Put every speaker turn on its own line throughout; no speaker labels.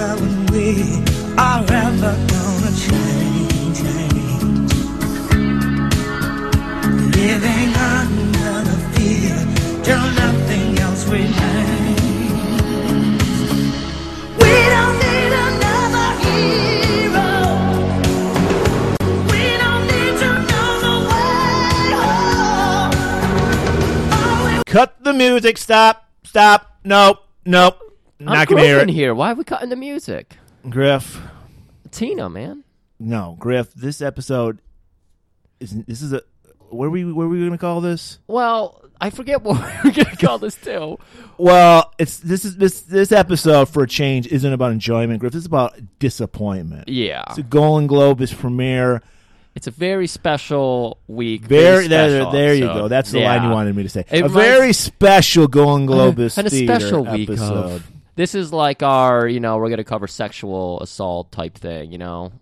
we are ever gonna change. Living under the fear till nothing else remains. We don't need another hero. We don't need to know the way home. All we
Cut the music. Stop. Stop. Nope. Nope.
I'm
Not gonna hear
grooving
it.
here. Why are we cutting the music?
Griff.
Tina, man.
No, Griff. This episode is. This is a. What are we? What are we gonna call this?
Well, I forget what we we're gonna call this too.
Well, it's this is this this episode for a change isn't about enjoyment, Griff. This is about disappointment.
Yeah,
It's a Golden Globe is premiere.
it's a very special week.
Very, there,
special
there you
episode.
go. That's the
Yeah.
line you wanted me to say.
It
a
reminds-
very special Golden Globe is
and a
theater
special week of-
episode.
This is like our, you know, we're gonna cover sexual assault type thing. You know,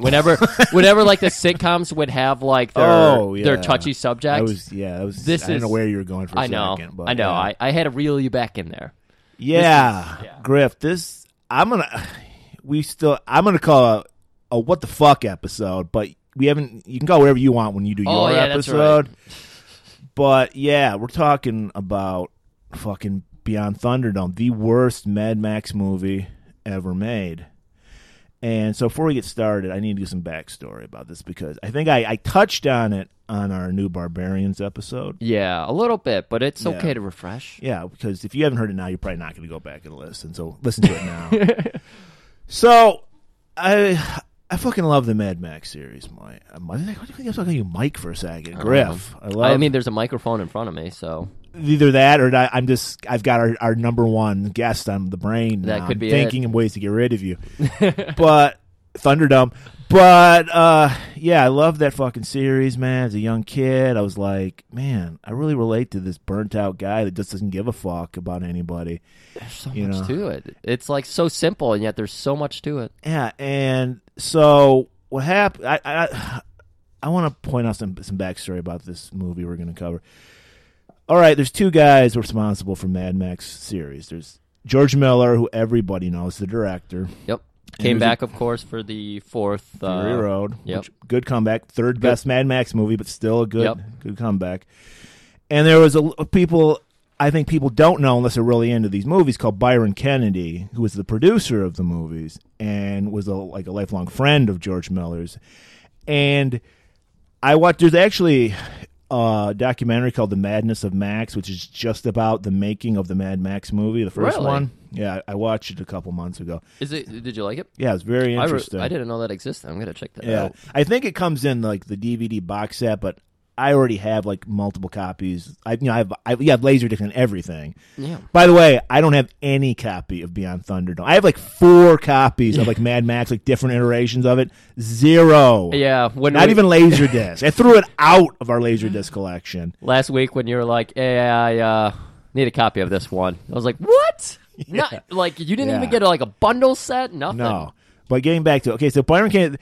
whenever whenever like the sitcoms would have like their
Oh, yeah.
their touchy subjects.
I was, yeah, I was.
This
I don't know
is-
where you were going for a
I know,
second, but
I know.
yeah.
I, I had to reel you back in there.
Yeah, Griff. This I'm gonna. We still. I'm gonna call a, a what the fuck episode, but we haven't. You can call it whatever you want when you do
Oh,
your
yeah, that's
episode. But yeah, we're talking about fucking Beyond Thunderdome, the worst Mad Max movie ever made. And so before we get started, I need to do some backstory about this because I think I, I touched on it on our new Barbarians episode.
Yeah, a little bit, but it's
Yeah.
okay to refresh.
Yeah, because if you haven't heard it now, you're probably not going to go back and listen. So listen to it now. so I I fucking love the Mad Max series, Mike. Why did I why did I think I was talking to you, Mike, for a second? Griff. I love.
I mean, there's a microphone in front of me, so
either that or I, I'm just I've got our, our number one guest on the brain.
That
now.
could
I'm
be
thinking of ways to get rid of you, but Thunderdome. But uh, yeah, I love that fucking series, man. As a young kid, I was like, man, I really relate to this burnt out guy that just doesn't give a fuck about anybody.
there's so
You
much
know.
to it. It's like so simple, and yet there's so much to it.
Yeah, and so what happened? I I, I want to point out some some backstory about this movie we're going to cover. All right, there's two guys responsible for Mad Max series. There's George Miller, who everybody knows, the director,
Yep.
And
Came
there's a-
back, of course, for the fourth. Uh,
Fury Road,
yep.
which good comeback, third best Mad Max movie, but still a good
Yep.
good comeback. And there was a l- people I think people don't know unless they're really into these movies called Byron Kennedy, who was the producer of the movies and was a, like a lifelong friend of George Miller's. And I watched. There's actually a documentary called "The Madness of Max," which is just about the making of the Mad Max movie, the first
Really?
one. Yeah, I I watched it a couple months ago.
Is it? Did you like it?
Yeah, it's very
I, re-
interesting.
I didn't know that existed. I'm gonna check that
Yeah,
out.
I think it comes in like the DVD box set, but I already have like multiple copies. I you know I have I yeah, I have Laserdisc and everything.
Yeah.
By the way, I don't have any copy of Beyond Thunderdome. I have like four copies of like Mad Max, like different iterations of it. Zero.
Yeah. When
Not
we-
even Laserdisc. I threw it out of our Laserdisc collection.
last week when you were like, "Hey, I uh, need a copy of this one," I was like, "What? Not like you didn't
Yeah.
even get like a bundle set? Nothing."
No. But getting back to okay, so Byron Kennedy.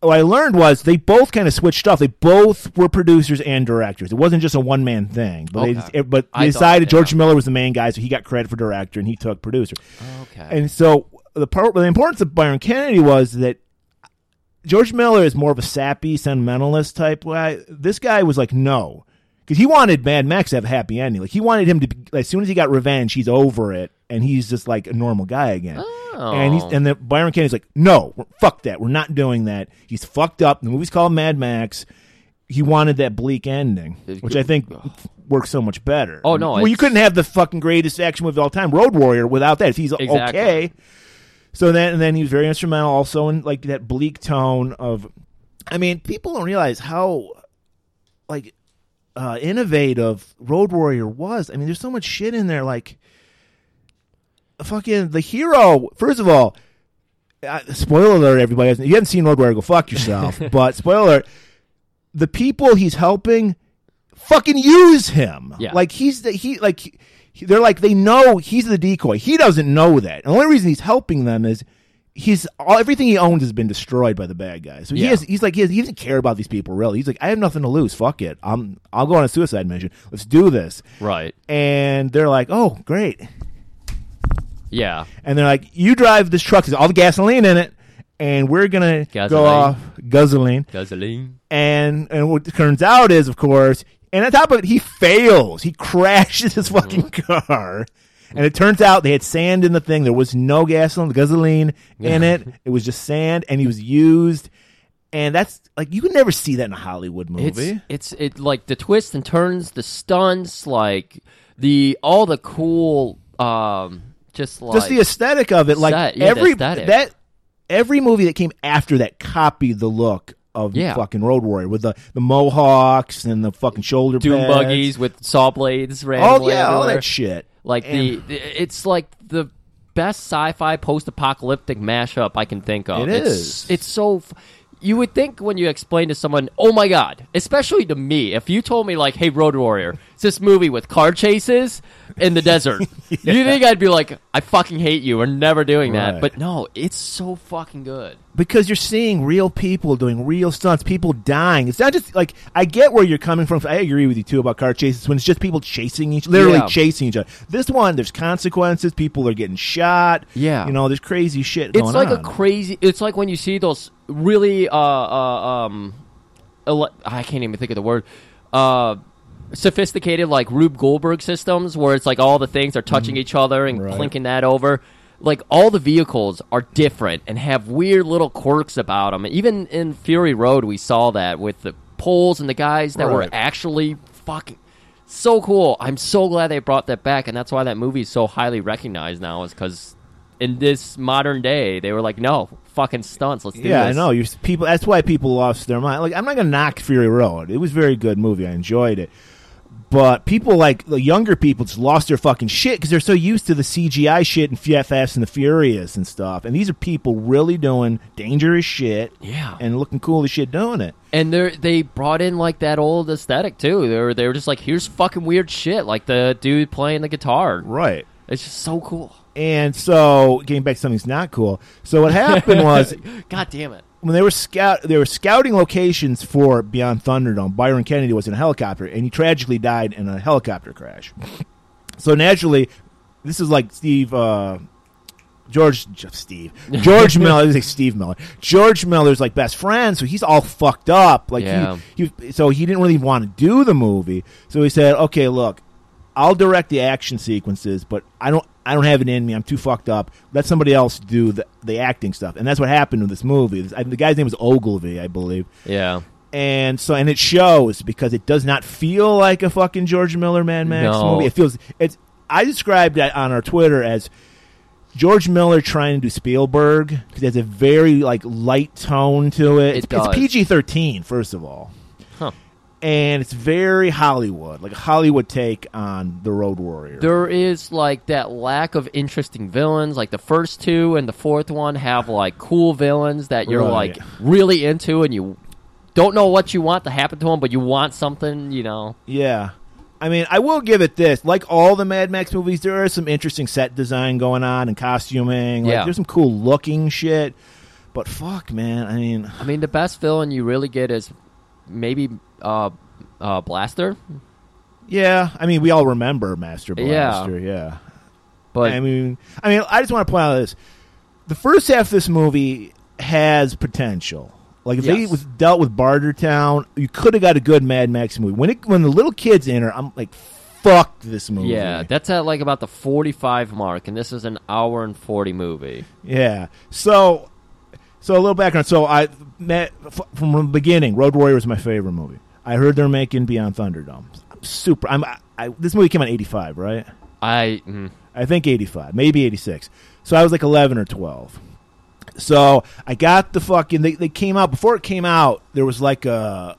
What I learned was they both kind of switched off. They both were producers and directors. It wasn't just a one man thing. But they
Okay.
just, eh, but
I
they
thought-
decided George
yeah.
Miller was the main guy, so he got credit for director and he took producer.
Okay.
And so the part, the importance of Byron Kennedy was that George Miller is more of a sappy, sentimentalist type guy. This guy was like, no, because he wanted Mad Max to have a happy ending. Like he wanted him to, be, as soon as he got revenge, he's over it, and he's just like a normal guy again. And
Oh.
he's and the Byron Kennedy's like, no, we're- fuck that, we're not doing that. He's fucked up. The movie's called Mad Max. He wanted that bleak ending, which I think works so much better.
Oh, no,
Well, you
it's-
couldn't have the fucking greatest action movie of all time, Road Warrior, without that. If he's
Exactly.
okay, so then, and then he was very instrumental also in like that bleak tone of, I mean, people don't realize how, like, uh, innovative Road Warrior was. I mean, there's so much shit in there. Like, fucking the hero. First of all, uh, spoiler alert, everybody. If you haven't seen Road Warrior, go fuck yourself. but spoiler alert, the people he's helping fucking use him.
Yeah.
Like he's the, he like he- they're like they know he's the decoy. He doesn't know that. And the only reason he's helping them is he's all everything he owns has been destroyed by the bad guys. So he
Yeah.
has, he's like he, has, he doesn't care about these people really. He's like I have nothing to lose. Fuck it. I'm I'll go on a suicide mission. Let's do this.
right.
And they're like, "Oh, great.
Yeah.
and they're like, "You drive this truck. There's all the gasoline in it, and we're gonna go
Gasoline.
off gasoline."
Gasoline.
And and what it turns out is, of course, and on top of it, he fails. He crashes his fucking
Mm-hmm.
car. And it turns out they had sand in the thing. There was no gasoline, gasoline in it. It was just sand, and he was used. And that's like you would never see that in a Hollywood
It's
movie.
it's it like the twists and turns, the stunts, like the all the cool um just like
just the aesthetic of it, like
Set, yeah, the
every
aesthetic.
that every movie that came after that copied the look of
Yeah.
fucking Road Warrior with the the mohawks and the fucking shoulder
doom
pads.
buggies with saw blades
Oh
randomly.
yeah, all
everywhere.
that shit.
Like
And-
the it's like the best sci-fi post-apocalyptic mashup I can think of.
It
it's,
is.
It's so. F- you would think when you explain to someone, "Oh my god," especially to me, if you told me like, "Hey, Road Warrior, it's this movie with car chases in the desert," you think I'd be like, "I fucking hate you. We're never doing
Right.
that." But no, it's so fucking good.
because you're seeing real people doing real stunts, people dying. It's not just like I get where you're coming from. I agree with you too about car chases when it's just people chasing each, literally
Yeah.
chasing each other. This one, there's consequences. People are getting shot.
Yeah.
you know, there's crazy shit.
It's
going
like
on.
a crazy. It's like when you see those really uh, uh um, ele- I can't even think of the word. Uh, sophisticated like Rube Goldberg systems where it's like all the things are touching each other and
Mm-hmm. Right.
clinking that over. Like all the vehicles are different and have weird little quirks about them. Even in Fury Road, we saw that with the poles and the guys that were
Right.
actually fucking so cool. I'm so glad they brought that back, and that's why that movie is so highly recognized now. Is because in this modern day, they were like, no fucking stunts. Let's do
Yeah, I
this."
know. You people. That's why people lost their mind. Like, I'm not gonna knock Fury Road. It was a very good movie. I enjoyed it. But people like the younger people just lost their fucking shit because they're so used to the CGI shit and F- Fast and the Furious and stuff. And these are people really doing dangerous shit.
Yeah.
and looking cool as shit doing it.
And they they brought in like that old aesthetic too. They were they were just like, here's fucking weird shit, like the dude playing the guitar.
Right.
It's just so cool.
And so, getting back to something that's not cool. So what happened was
God damn it.
when they were scout they were scouting locations for Beyond Thunderdome, Byron Kennedy was in a helicopter and he tragically died in a helicopter crash. so naturally, this is like Steve uh, George J- Steve George Miller. I was like Steve Miller. George Miller's like best friend, so he's all fucked up. Like
Yeah.
he, he, so he didn't really want to do the movie. So he said, "Okay, look, I'll direct the action sequences, but I don't, I don't have it in me. I'm too fucked up. Let somebody else do the the acting stuff." And that's what happened with this movie. This- I, the guy's name was Ogilvy, I believe
Yeah.
and so and it shows because it does not feel like a fucking George Miller Mad Max
No.
movie. It feels it's. I described it on our Twitter as George Miller trying to do Spielberg because it has a very like light tone to it.
It
it's it's
does.
PG thirteen first of all,
Huh.
and it's very Hollywood, like a Hollywood take on the Road Warrior.
There is like that lack of interesting villains. Like the first two and the fourth one have like cool villains that you're
Right.
like really into and you don't know what you want to happen to them, but you want something, you know.
Yeah. I mean, I will give it this. Like all the Mad Max movies, there is some interesting set design going on and costuming. Like,
Yeah.
There's some cool looking shit. But fuck, man. I mean,
I mean, the best villain you really get is maybe uh, uh, Blaster,
yeah. I mean, we all remember Master
Yeah.
Blaster. Yeah.
but
I mean, I mean, I just want to point out this: the first half of this movie has potential. Like if they
Yes.
was dealt with Bartertown, you could have got a good Mad Max movie. When it when the little kids enter, I'm like, fuck this movie.
yeah, that's at like about the forty-five mark, and this is an hour and forty movie.
Yeah. So, so a little background. So I met f- from the beginning. Road Warrior was my favorite movie. I heard they're making Beyond Thunderdome. I'm super. I'm. I, I, this movie came out in '85, right?
I mm,
I think '85, maybe '86. So I was like 11 or 12. So I got the fucking. They, they came out before it came out. There was like a,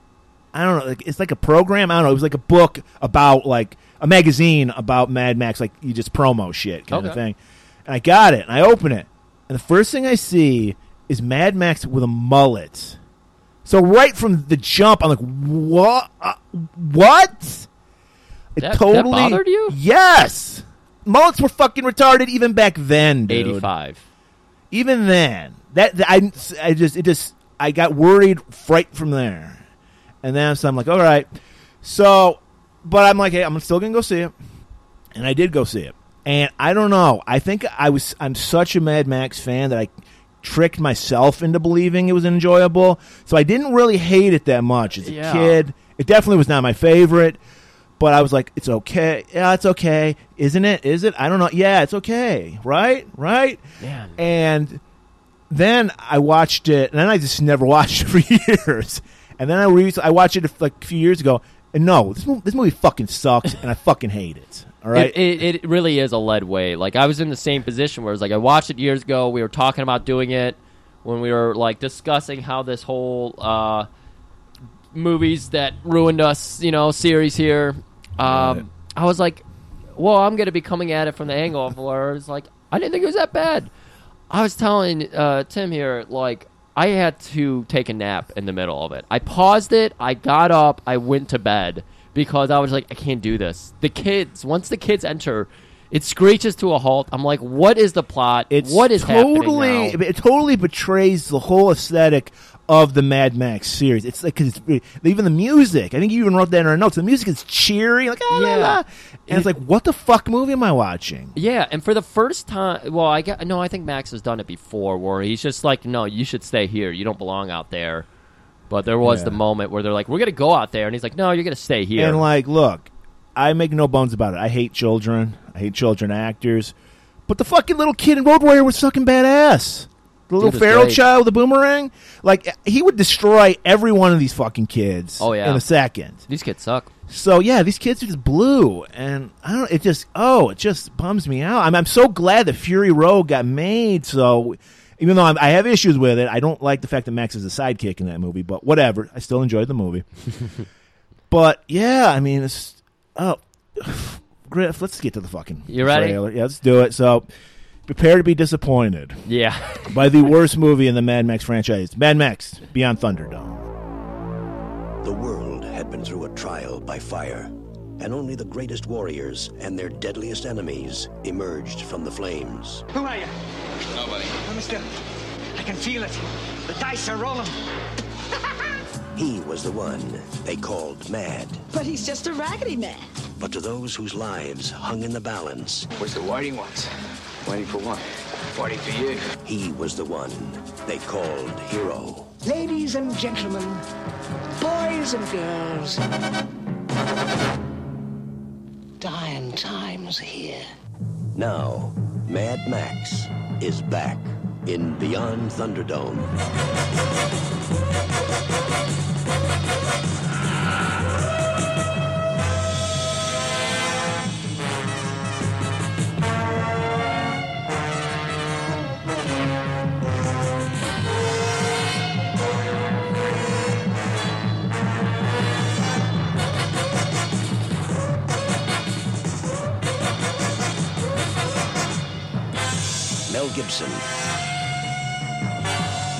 I don't know. Like, it's like a program. I don't know. It was like a book about like a magazine about Mad Max. Like you just promo shit kind of
Okay.
thing. And I got it. And I open it. And the first thing I see is Mad Max with a mullet. So right from the jump, I'm like, what? What? It
That- that bothered you?
Yes. Mullets were fucking retarded even back then, dude
eighty-five.
even then that, that- I, I just it just i got worried right from there and then so i'm like all right so but i'm like hey i'm still gonna go see it and i did go see it And I don't know. I think I was I'm such a Mad Max fan that I tricked myself into believing it was enjoyable. So I didn't really hate it that much as a
Yeah.
kid. It definitely was not my favorite, but I was like, it's okay. Yeah, it's okay. Isn't it? Is it? I don't know. Yeah, it's okay. Right? Right?
Man.
And then I watched it, and then I just never watched it for years. And then I re- I watched it like a few years ago, and no, this movie, this movie fucking sucks, and I fucking hate it. All right,
It, it, it really is a lead way. Like I was in the same position where it's like I watched it years ago. We were talking about doing it when we were like discussing how this whole uh, movies that ruined us, you know, series here. Um, I was like, well, I'm going to be coming at it from the angle of where it's like I didn't think it was that bad. I was telling uh, Tim here, like I had to take a nap in the middle of it. I paused it. I got up. I went to bed because I was like, I can't do this. The kids, once the kids enter, it screeches to a halt. I'm like, what is the plot?
it's
what is
totally
happening now?
it totally betrays the whole aesthetic of the Mad Max series. It's like 'cause it's, even the music. I think you even wrote that in our notes. The music is cheery, like ah, la,
Yeah.
la. and it's like, what the fuck movie am I watching?
Yeah, and for the first time, well, I got no. I think Max has done it before, where he's just like, "No, you should stay here. You don't belong out there." But there was
Yeah.
the moment where they're like, "We're gonna go out there," and he's like, "No, you're gonna stay here."
And like, look, I make no bones about it. I hate children. I hate children actors. But the fucking little kid in Road Warrior was fucking badass. The little
was
feral
great.
child with the boomerang, like he would destroy every one of these fucking kids.
Oh, yeah.
in a second.
These kids suck.
So yeah, these kids are just blue, and I don't. It just oh, it just bums me out. I'm I'm so glad that Fury Road got made. So even though I'm, I have issues with it, I don't like the fact that Max is a sidekick in that movie. But whatever, I still enjoyed the movie. but yeah, I mean it's oh, Griff. Let's get to the fucking
You ready?
trailer. Yeah, let's do it. So prepare to be disappointed
Yeah,
by the worst movie in the Mad Max franchise, Mad Max Beyond Thunderdome.
The world had been through a trial by fire, and only the greatest warriors and their deadliest enemies emerged from the flames.
Who are you?
Nobody.
I'm Mr. I can feel it. The dice are rolling.
He was the one they called Mad.
But he's just a raggedy man.
But to those whose lives hung in the balance,
Where's the waiting ones? Waiting for what? Waiting for you.
he was the one they called Hero.
Ladies and gentlemen, boys and girls, dying times here.
Now, Mad Max is back in Beyond Thunderdome. Mel Gibson,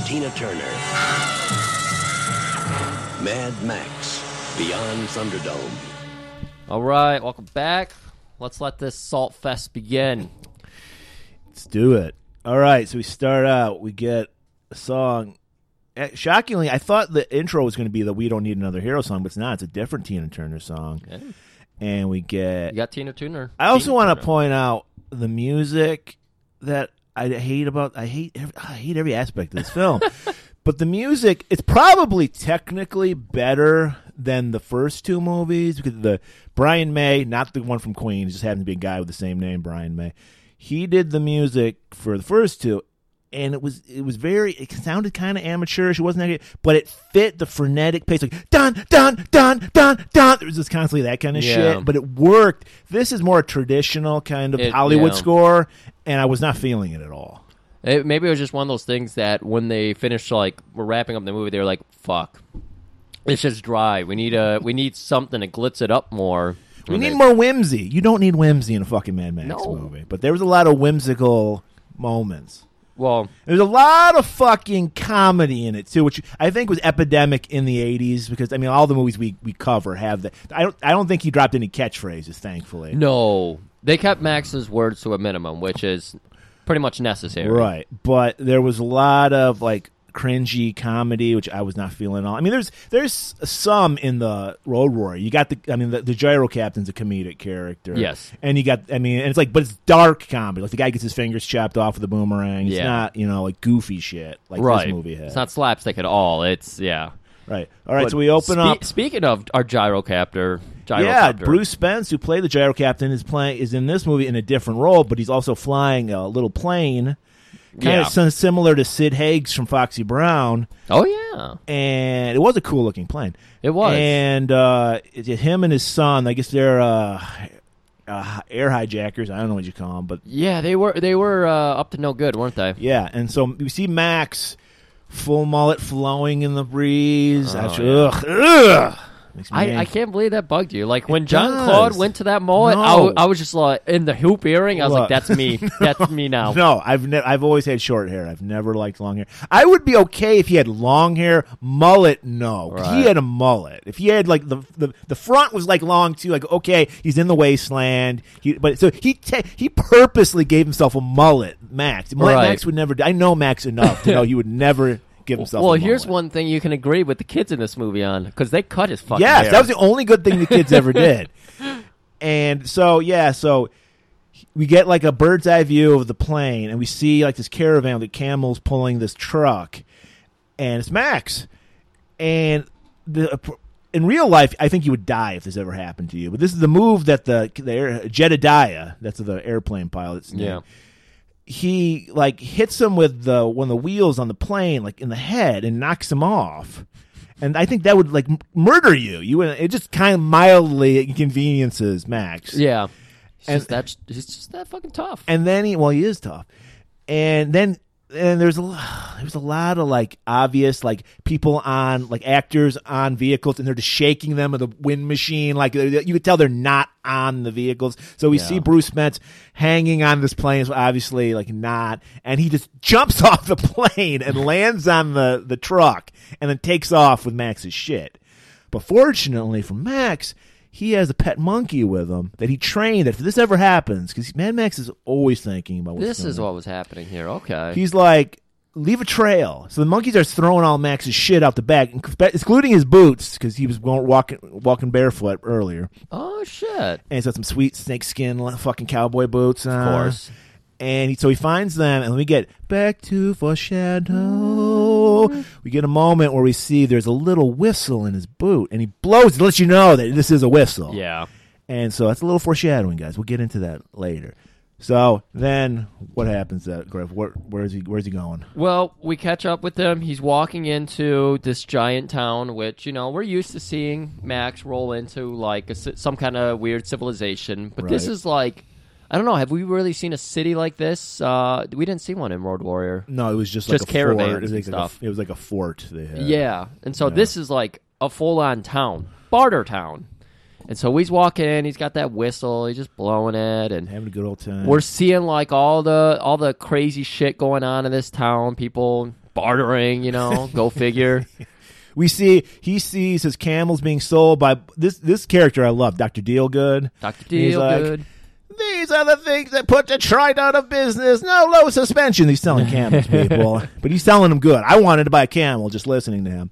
Tina Turner, Mad Max, Beyond Thunderdome.
all right. Welcome back. Let's let this salt fest begin.
Let's do it. All right, so we start out. We get a song. Eh, Shockingly, I thought the intro was going to be the "We Don't Need Another Hero" song, but it's not. It's a different Tina Turner song. And we get.
You got Tina Turner.
I also
Tina
want
Turner.
to point out the music that I hate about. I hate. Every, I hate every aspect of this film. but the music, it's probably technically better than the first two movies because the Brian May, not the one from Queen, it just happened to be a guy with the same name, Brian May. He did the music for the first two, and it was it was very it sounded kind of amateurish. It wasn't that, good, but it fit the frenetic pace, like dun dun dun dun dun. It was just constantly that kind of
Yeah.
shit, but it worked. This is more a traditional kind of
It-
Hollywood
yeah.
score, and I was not feeling it at all.
It, maybe it was just one of those things that when they finished, like we're wrapping up the movie, they were like, "Fuck, it's just dry. We need a we need something to glitz it up more."
We
And
need
they-
more whimsy. You don't need whimsy in a fucking Mad Max
No.
movie, but there was a lot of whimsical moments.
Well,
There's a lot of fucking comedy in it too, which I think was epidemic in the '80s because I mean all the movies we, we cover have that. I don't I don't think he dropped any catchphrases, thankfully.
No, they kept Max's words to a minimum, which is pretty much necessary.
Right, but there was a lot of like cringy comedy, which I was not feeling at all. I mean, there's there's some in the Road Warrior. You got the, I mean, the, the Gyro Captain's a comedic character.
Yes.
and you got, I mean, and it's like, but it's dark comedy. Like the guy gets his fingers chopped off with a boomerang. It's
Yeah.
not, you know, like goofy shit like
right.
this movie had.
It's not slapstick at all. It's yeah.
right. All right,
But
so we open
spe-
up.
Speaking of our gyrocopter, gyrocopter.
Yeah, Bruce Spence, who played the gyro captain, is playing is in this movie in a different role, but he's also flying a little plane, kind
Yeah.
of similar to Sid Haig's from Foxy Brown,
Oh yeah.
and it was a cool looking plane.
It was.
and uh, it's him and his son. I guess they're uh, uh, air hijackers. I don't know what you call them, but
Yeah, they were they were uh, up to no good, weren't they?
yeah, and so we see Max, full mullet flowing in the breeze. That's- Ugh, ugh. Makes me
Oh, I, I
angry.
can't believe that bugged you. Like when John Claude
does.
went to that mullet, I
No.
w- I, was just like in the hoop earring. I was
Look.
like, "That's me. That's me now."
No, I've ne- I've always had short hair. I've never liked long hair. I would be okay if he had long hair, mullet. No, 'Cause he
Right.
had a mullet. If he had like the, the the front was like long too. Like okay, he's in the wasteland. He, but so he te- he purposely gave himself a mullet. Max, Mullet
Right.
Max would never. do- I know Max enough to know he would never give himself.
Well,
a
here's
mullet.
one thing you can agree with the kids in this movie on because they cut his fucking
Yes,
hair.
that was the only good thing the kids ever did. And so yeah, so we get like a bird's eye view of the plane, and we see like this caravan with camels pulling this truck, and it's Max. And the in real life, I think you would die if this ever happened to you. But this is the move that the, the air, Jedediah, that's the airplane pilot's name,
yeah.
he like hits him with the one of the wheels on the plane, like in the head, and knocks him off. And I think that would like m- murder you. You would- it just kind of mildly inconveniences Max.
Yeah. He's
And-
just that he's just that fucking tough.
And then he well he is tough. And then and there's a lo- there's a lot of like obvious like people on like actors on vehicles and they're just shaking them with a wind machine like they- you could tell they're not on the vehicles so we see bruce metz hanging on this plane so obviously like not and he just jumps off the plane and lands on the the truck and then takes off with max's shit but fortunately for Max, he has a pet monkey with him that he trained that if this ever happens, because Mad Max is always thinking about what's
this
going
is
on.
what was happening here. Okay.
He's like, leave a trail. So the monkey starts throwing all Max's shit out the back, inc- excluding his boots, because he was wa- walking walking barefoot earlier.
oh shit.
And he's got some sweet snakeskin li- fucking cowboy boots uh, on.
course.
And he, so he finds them, and we get back to foreshadow. We get a moment where we see there's a little whistle in his boot, and he blows it to let you know that this is a whistle.
Yeah.
And so that's a little foreshadowing, guys. We'll get into that later. So then, what happens? That Griff, where, where's he? Where's he going?
Well, we catch up with him. He's walking into this giant town, which you know we're used to seeing Max roll into like a, ci- some kind of weird civilization. But this
Right.
is like, I don't know. Have we really seen a city like this? Uh, we didn't see one in Road Warrior.
No, it was just
Just
like a
caravans
fort. It was like,
and stuff.
A, it was like a fort they had.
Yeah, and so this is like a full-on town, barter town. And so he's walking in. He's got that whistle. He's just blowing it, and
having a good old time.
we're seeing like all the all the crazy shit going on in this town. People bartering, you know, go figure.
We see he sees his camels being sold by this this character I love, Doctor Dealgood.
Dr.
And he's
Deal,
like,
good.
These are the things that put Detroit out of business. No low suspension. He's selling camels, people, but he's selling them good. I wanted to buy a camel just listening to him.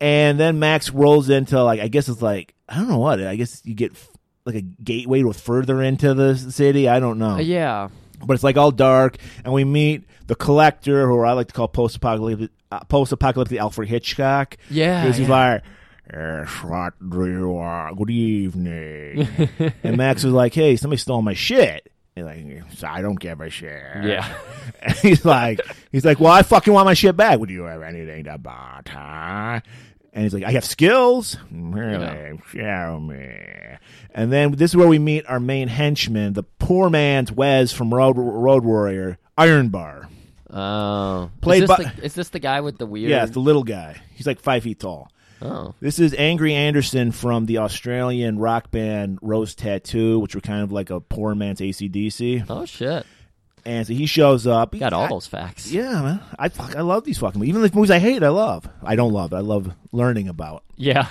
And then Max rolls into like I guess it's like I don't know what. I guess you get f- like a gateway to further into the s- city. I don't know.
Uh, yeah.
but it's like all dark, and we meet the collector, who I like to call post-apocalyptic, uh, post-apocalyptic Alfred Hitchcock.
Yeah,
because he's
yeah.
like, "Yes, what do you want? Good evening." and Max was like, "Hey, somebody stole my shit." He's like, "So "I don't give a shit."
Yeah.
And he's like, he's like, well, I fucking want my shit back. Would you have anything to barter? And he's like, I have skills. Really? Show me. And then this is where we meet our main henchman, the poor man's Wes from Road, Road Warrior, Iron Bar.
Oh.
Played
is this,
by-
the, is this the guy with the weird?
Yeah, it's the little guy. He's like five feet tall.
oh.
This is Angry Anderson from the Australian rock band Rose Tattoo, which were kind of like a poor man's ACDC.
Oh shit.
And so he shows up. He
Got all those facts.
Yeah, man. I fuck, I love these fucking movies. Even the movies I hate, I love. I don't love. I love learning about.
Yeah.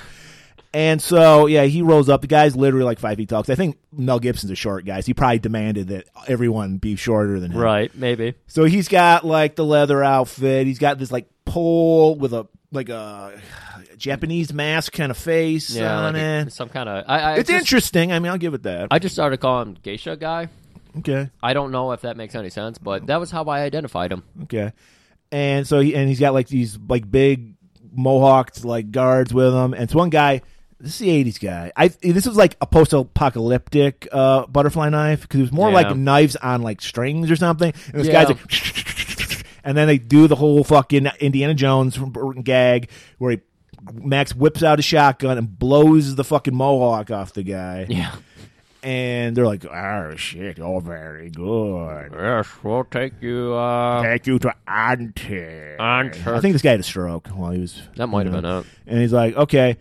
And so, yeah, he rolls up. The guy's literally like five feet tall. 'Cause I think Mel Gibson's a short guy. So he probably demanded that everyone be shorter than him.
Right. Maybe.
So he's got like the leather outfit. He's got this like pole with a like a Japanese mask kind of face
Yeah,
on
like a-
it.
some kind of. I, I
It's
just,
interesting. I mean, I'll give it that.
I just started calling him geisha guy.
okay,
I don't know if that makes any sense, but that was how I identified him.
okay. And so he, and he's got like these like big mohawked like guards with him. And it's one guy. This is the '80s guy. I this was like a post-apocalyptic uh, butterfly knife because it was more
Yeah.
like knives on like strings or something. And this
Yeah.
guy's like, and then they do the whole fucking Indiana Jones from Burton gag where he. Max whips out a shotgun and blows the fucking mohawk off the guy.
Yeah.
and they're like, "Oh shit, oh very good.
Yes, we'll take you. Uh,
Thank you to Auntie."
Auntie.
I think this guy had a stroke while he was.
That might have
you
been it.
And he's like, "Okay."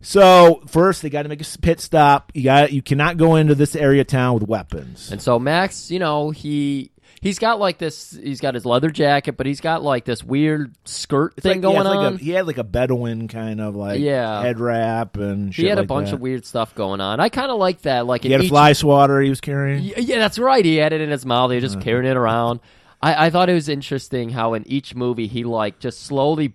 So first, they got to make a s- pit stop. You got you cannot go into this area of town with weapons.
and so Max, you know, he he's got like this. He's got his leather jacket, but he's got like this weird skirt
It's like- yeah,
thing
it's
going
like
on.
a- he had like a Bedouin kind of like
Yeah.
head wrap and shit
he had a
like
bunch
that.
of weird stuff going on. I kind of like that. Like
He had a fly swatter he was carrying.
Y- Yeah, that's right. He had it in his mouth. He was
Uh-huh.
just carrying it around. I, I thought it was interesting how in each movie he like just slowly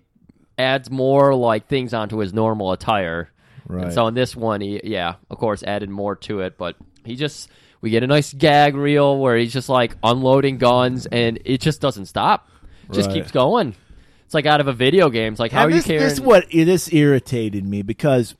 adds more like things onto his normal attire.
Right.
And so in this one, he yeah, of course, added more to it. But he just we get a nice gag reel where he's just like unloading guns, and it just doesn't stop. It Just
Right.
keeps going. It's like out of a video game. It's like how
And
are
this,
you carrying?
This what this irritated me because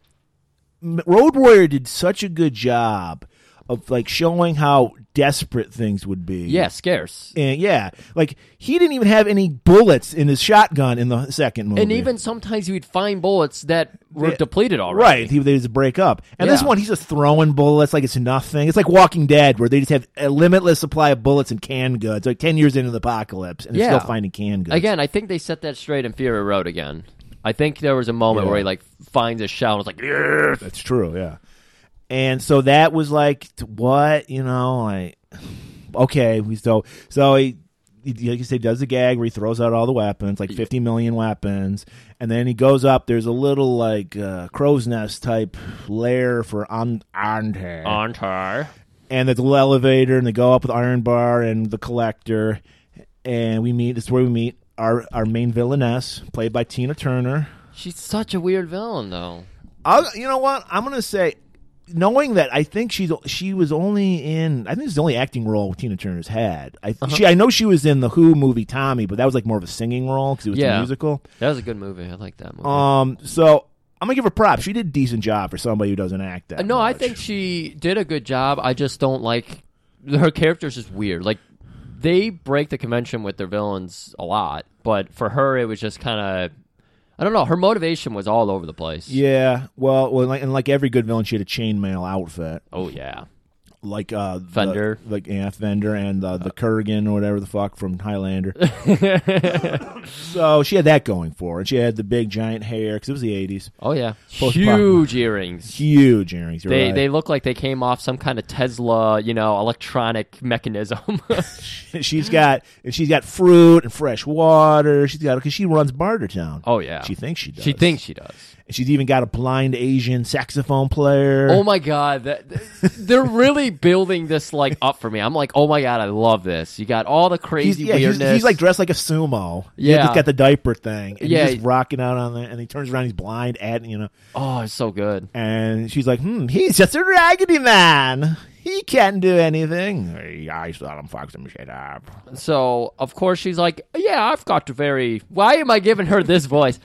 M- Road Warrior did such a good job of like showing how desperate things would be.
yeah, scarce.
and yeah, like he didn't even have any bullets in his shotgun in the second movie.
And even sometimes he would find bullets that were depleted already.
Right, he, they just break up, and this
Yeah.
one he's just throwing bullets like it's nothing. It's like Walking Dead, where they just have a limitless supply of bullets and canned goods. Like ten years into the apocalypse, and they're
Yeah.
still finding canned goods.
Again, I think they set that straight in Fury Road again. I think there was a moment
Yeah.
where he like finds a shell and was like, "Yes."
That's true, yeah. And so that was like t- what you know, like okay, we so so he, he like you say does the gag where he throws out all the weapons, like fifty million weapons, and then he goes up. There's a little like uh, crow's nest type lair for on Ante,
"Aren't her?"
and there's a little elevator, and they go up with Iron Bar and the Collector, and we meet. This is where we meet our our main villainess, played by Tina Turner.
She's such a weird villain, though.
I'll, you know what? I'm gonna say, knowing that I think she's she was only in I think it's the only acting role Tina Turner's had. I
Uh-huh.
she I know she was in the Who movie Tommy, but that was like more of a singing role because it was a
Yeah.
musical.
That was a good movie. I like that movie.
Um, so I'm gonna give her props. She did a decent job for somebody who doesn't act that.
Uh, no, I
much.
think she did a good job. I just don't like her character's just weird. Like they break the convention with their villains a lot, but for her, it was just kind of. I don't know. Her motivation was all over the place.
Yeah, well, well, like, and like every good villain, she had a chainmail outfit,
Oh yeah.
like uh, the-
Fender.
like yeah, Fender, and uh, the Kurgan or whatever the fuck from Highlander. so she had that going for her. and She had the big giant hair because it was the '80s.
Oh yeah.
Post-punk.
Huge earrings.
huge earrings. You're
They
right.
they look like they came off some kind of Tesla, you know, electronic mechanism.
she's got and she's got fruit and fresh water. She's got because she runs Bartertown.
oh yeah.
she thinks she does.
She thinks she does.
And she's even got a blind Asian saxophone player.
Oh my god, that, th- they're really building this like up for me. I'm like, "Oh my god, I love this." You got all the
He's,
crazy
yeah, he's,
weirdness.
he's like dressed like a sumo. He
Yeah.
just got the diaper thing. And
Yeah.
he's just rocking out on that. And he turns around, he's blind, at you know.
"Oh, it's so good."
And she's like, "Hmm, he's just a raggedy man. He can't do anything." Hey, I saw him fuck some shit up.
So, of course, she's like, "Yeah, I've got a very Why am I giving her this voice?"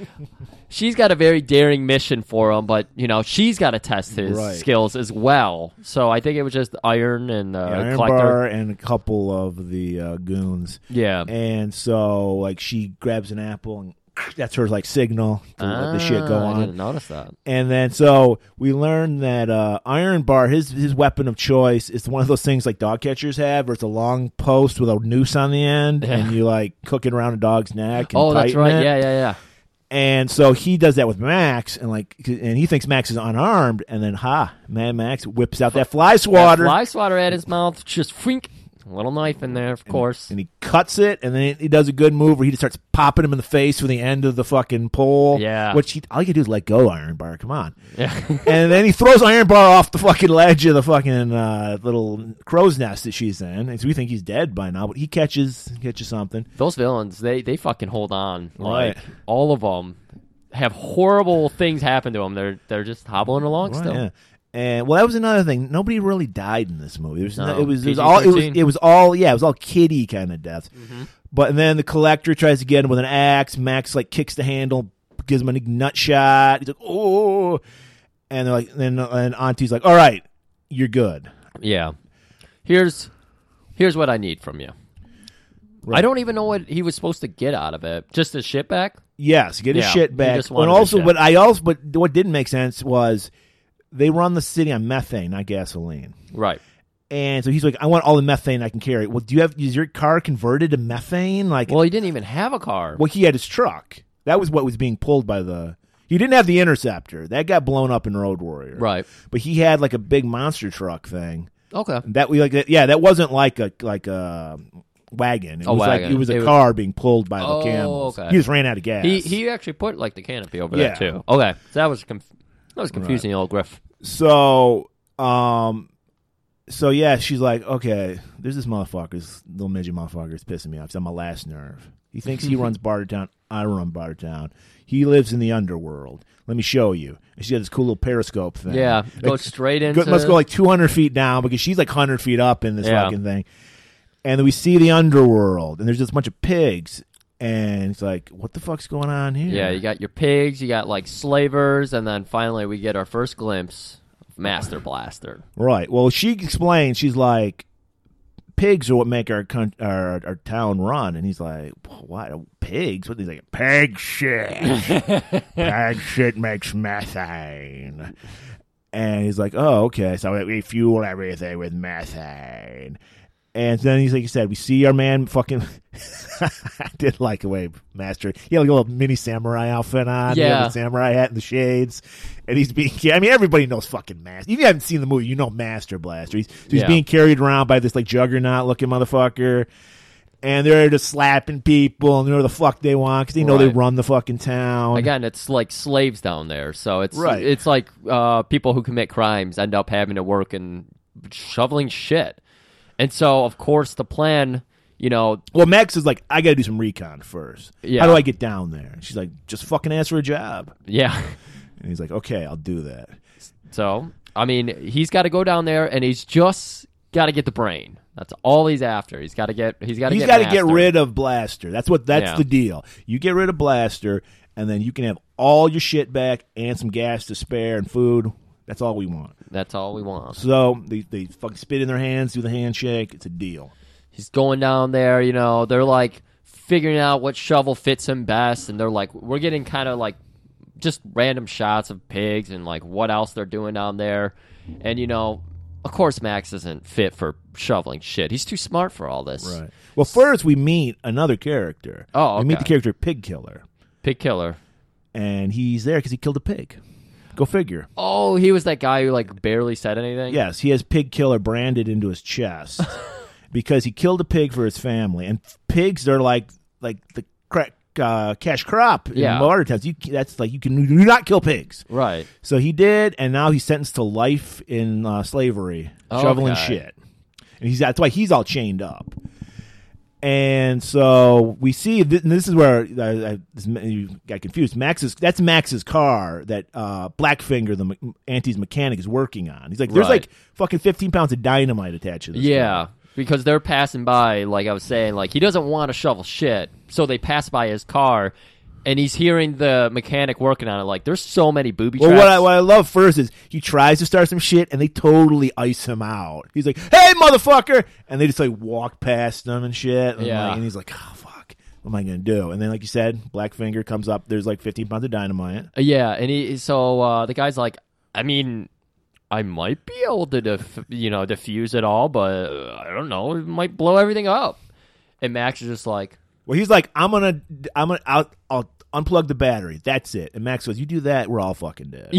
she's got a very daring mission for him, but, you know, she's got to test his
Right.
skills as well. So, I think it was just Iron and uh,
Iron
Collector.
Bar and a couple of the uh, goons.
Yeah.
And so, like, she grabs an apple, and that's her like signal to let the shit go
Ah, I
on.
didn't notice that.
And then, so we learn that uh, Iron Bar, his his weapon of choice, is one of those things like dog catchers have, where it's a long post with a noose on the end, and you like cook it around a dog's neck. And
Oh, that's
tighten
right.
it.
Yeah, yeah, yeah.
And so he does that with Max, and like, and he thinks Max is unarmed, and then ha, man, Max whips out that fly
That
swatter.
fly swatter at his mouth, just fink. A little knife in there, of course.
and he cuts it, and then he does a good move where he just starts popping him in the face with the end of the fucking pole.
Yeah.
which he, all you can do is let go, Iron Bar. Come on. Yeah. and then he throws Iron Bar off the fucking ledge of the fucking uh, little crow's nest that she's in. And so we think he's dead by now, but he catches catches something.
Those villains, they they fucking hold on. Like
Right.
all of them have horrible things happen to them. They're they're just hobbling along
Right,
still.
yeah. And well, that was another thing. Nobody really died in this movie. It was,
No,
it was, it was all it was
PG-13.
it was all yeah, it was all kitty kind of deaths.
Mm-hmm.
But and then the collector tries to get him with an axe. Max like kicks the handle, gives him a nut shot. He's like, oh, and they're like, then and Auntie's like, all right, you're good.
Yeah. Here's here's what I need from you. I
Right.
don't even know what he was supposed to get out of it. Just his shit back?
Yes, get his
Yeah,
shit
he
back.
just wanted
and
his
also,
shit.
what I also but what didn't make sense was they run the city on methane, not gasoline.
Right.
And so he's like, I want all the methane I can carry. Well, do you have is your car converted to methane? Like,
Well, he didn't even have a car.
Well, he had his truck. That was what was being pulled by the. He didn't have the interceptor. That got blown up in Road Warrior.
Right.
But he had like a big monster truck thing.
Okay.
That we like. That, yeah, that wasn't like a like a wagon. It
A
was like
wagon.
it was a
It was-
car being pulled by
Oh,
the camels.
okay.
He just ran out of gas.
He he actually put like the canopy over
Yeah.
that too. Okay. So that was conf- that was confusing old Griff.
So, um, so yeah, she's like, okay, there's this motherfucker's little midget motherfucker's pissing me off. He's on my last nerve. He thinks he runs Bartertown. I run Bartertown. He lives in the underworld. Let me show you. And she got this cool little periscope thing.
Yeah,
Like,
go straight
go-
into-
must go like 200 feet down because she's like 100 feet up in this
Yeah.
fucking thing. And then we see the underworld, and there's just a bunch of pigs. And it's like, what the fuck's going on here?
Yeah, you got your pigs, you got like slavers, and then finally we get our first glimpse of Master Blaster.
Right. Well, she explains. She's like, pigs are what make our coun- our, our town run. And he's like, what? Pigs? What? He's like, pig shit. pig shit makes methane. And he's like, oh, okay. So we fuel everything with methane. And then he's like you said, we see our man fucking. I did like the way Master. He had like a little mini samurai outfit on. He had
Yeah.
the samurai hat and the shades. And he's being. I mean, everybody knows fucking Master. If you haven't seen the movie, you know Master Blaster. He's, so he's
Yeah.
being carried around by this like juggernaut looking motherfucker. And they're just slapping people and they know the fuck they want because they know they
Right.
run the fucking town.
Again, it's like slaves down there, so it's
Right.
it's like uh, people who commit crimes end up having to work and shoveling shit. And so, of course, the plan, you know,
Well, Max is like, I got to do some recon first.
Yeah.
How do I get down there? She's like, just fucking ask for a job.
yeah.
And he's like, okay, I'll do that.
So, I mean, he's got to go down there, and he's just got to get the brain. That's all he's after. He's got to get. He's got to.
He's
got to
get rid of Blaster. That's what. That's
Yeah.
the deal. You get rid of Blaster, and then you can have all your shit back and some gas to spare and food. That's all we want.
That's all we want.
So they, they fucking spit in their hands, do the handshake. It's a deal.
he's going down there you know they're like figuring out what shovel fits him best and they're like we're getting kind of like just random shots of pigs and like what else they're doing down there and you know of course max isn't fit for shoveling shit he's too smart for all this
Well, first we meet another character.
Oh,
we meet
okay.
the character Pig Killer,
pig killer
and he's there because he killed a pig. Go figure.
oh he was that guy who like barely said anything
Yes, he has pig killer branded into his chest because he killed a pig for his family. And pigs are like like the crack, uh, cash crop in
Yeah.
modern times. You that's like you can you do not kill pigs.
right
So he did, and now he's sentenced to life in uh, slavery, shoveling
Okay.
shit. And he's that's why he's all chained up. And so we see, th- and this is where I, I, this- you got confused. Max's that's Max's car that uh, Blackfinger, the me- auntie's mechanic, is working on. He's like, there's
Right.
like fucking 15 pounds of dynamite attached to this.
yeah because they're passing by like i was saying like he doesn't want to shovel shit so they pass by his car and he's hearing the mechanic working on it like there's so many booby
Well,
traps
what I, what I love first is he tries to start some shit and they totally ice him out. He's like, "Hey, motherfucker!" and they just like walk past him and shit. And,
Yeah.
like- and he's like, "Oh fuck, what am I gonna do?" And then, like you said, Blackfinger comes up. There's like 15 pounds of dynamite.
Uh, Yeah, and he so uh, the guy's like, I mean, I might be able to def- you know defuse it all, but uh, I don't know, it might blow everything up. And Max is just like,
Well, he's like, "I'm gonna, I'm gonna, I'll, I'll unplug the battery. That's it." And Max goes, "You do that, we're all fucking dead."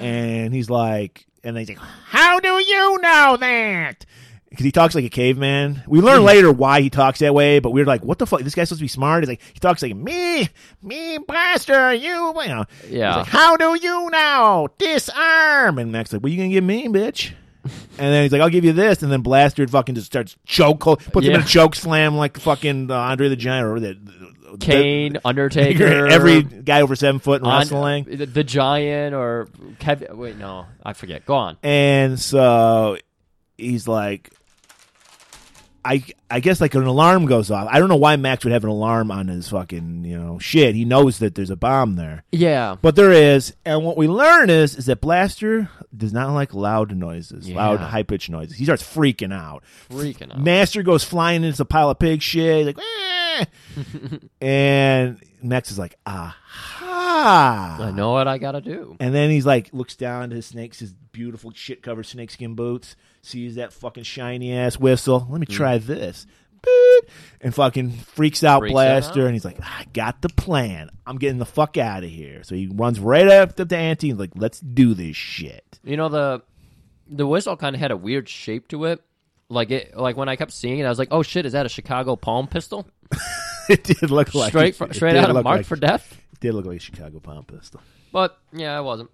and he's like, and then he's like, "How do you know that?" because he talks like a caveman. We learn later why he talks that way, but we are like, what the fuck? This guy's supposed to be smart. He's like, he talks like me, me, pastor, you, you know. He's
Yeah.
like, How do you now disarm? And Mac's like, what you gonna give me, bitch? And then he's like, I'll give you this, and then Blaster fucking just starts choke, puts him in
Yeah.
a choke slam like fucking uh, Andre the Giant or the, the
Kane,
the-
Undertaker,
every guy over seven foot in
on-
wrestling.
the, the Giant, or Kevin. Wait, no, I forget. Go on.
And so he's like, I I guess like an alarm goes off. I don't know why Max would have an alarm on his fucking you know shit. He knows that there's a bomb there,
Yeah,
but there is. And what we learn is is that Blaster does not like loud noises, loud
Yeah.
high pitched noises. He starts freaking out.
freaking out.
Master goes flying into the pile of pig shit, like, "Ah." and Max is like, aha.
I know what I gotta do.
And then he's like, looks down to his snakes, his beautiful shit covered snakeskin boots, sees that fucking shiny ass whistle. Let me
Mm.
try this. Boop. And fucking freaks out
Freaks
Blaster.
out.
And he's like, I got the plan. I'm getting the fuck out of here. So he runs right up to the ante and like, let's do this shit.
You know the the whistle kind of had a weird shape to it. Like it, like when I kept seeing it, I was like, "Oh shit, is that a Chicago palm pistol?
it did look like
Straight, fr-
it
straight
did
out of
look
Mark
like-
for Death."
It did look like a Chicago Palm Pistol.
But yeah, I wasn't.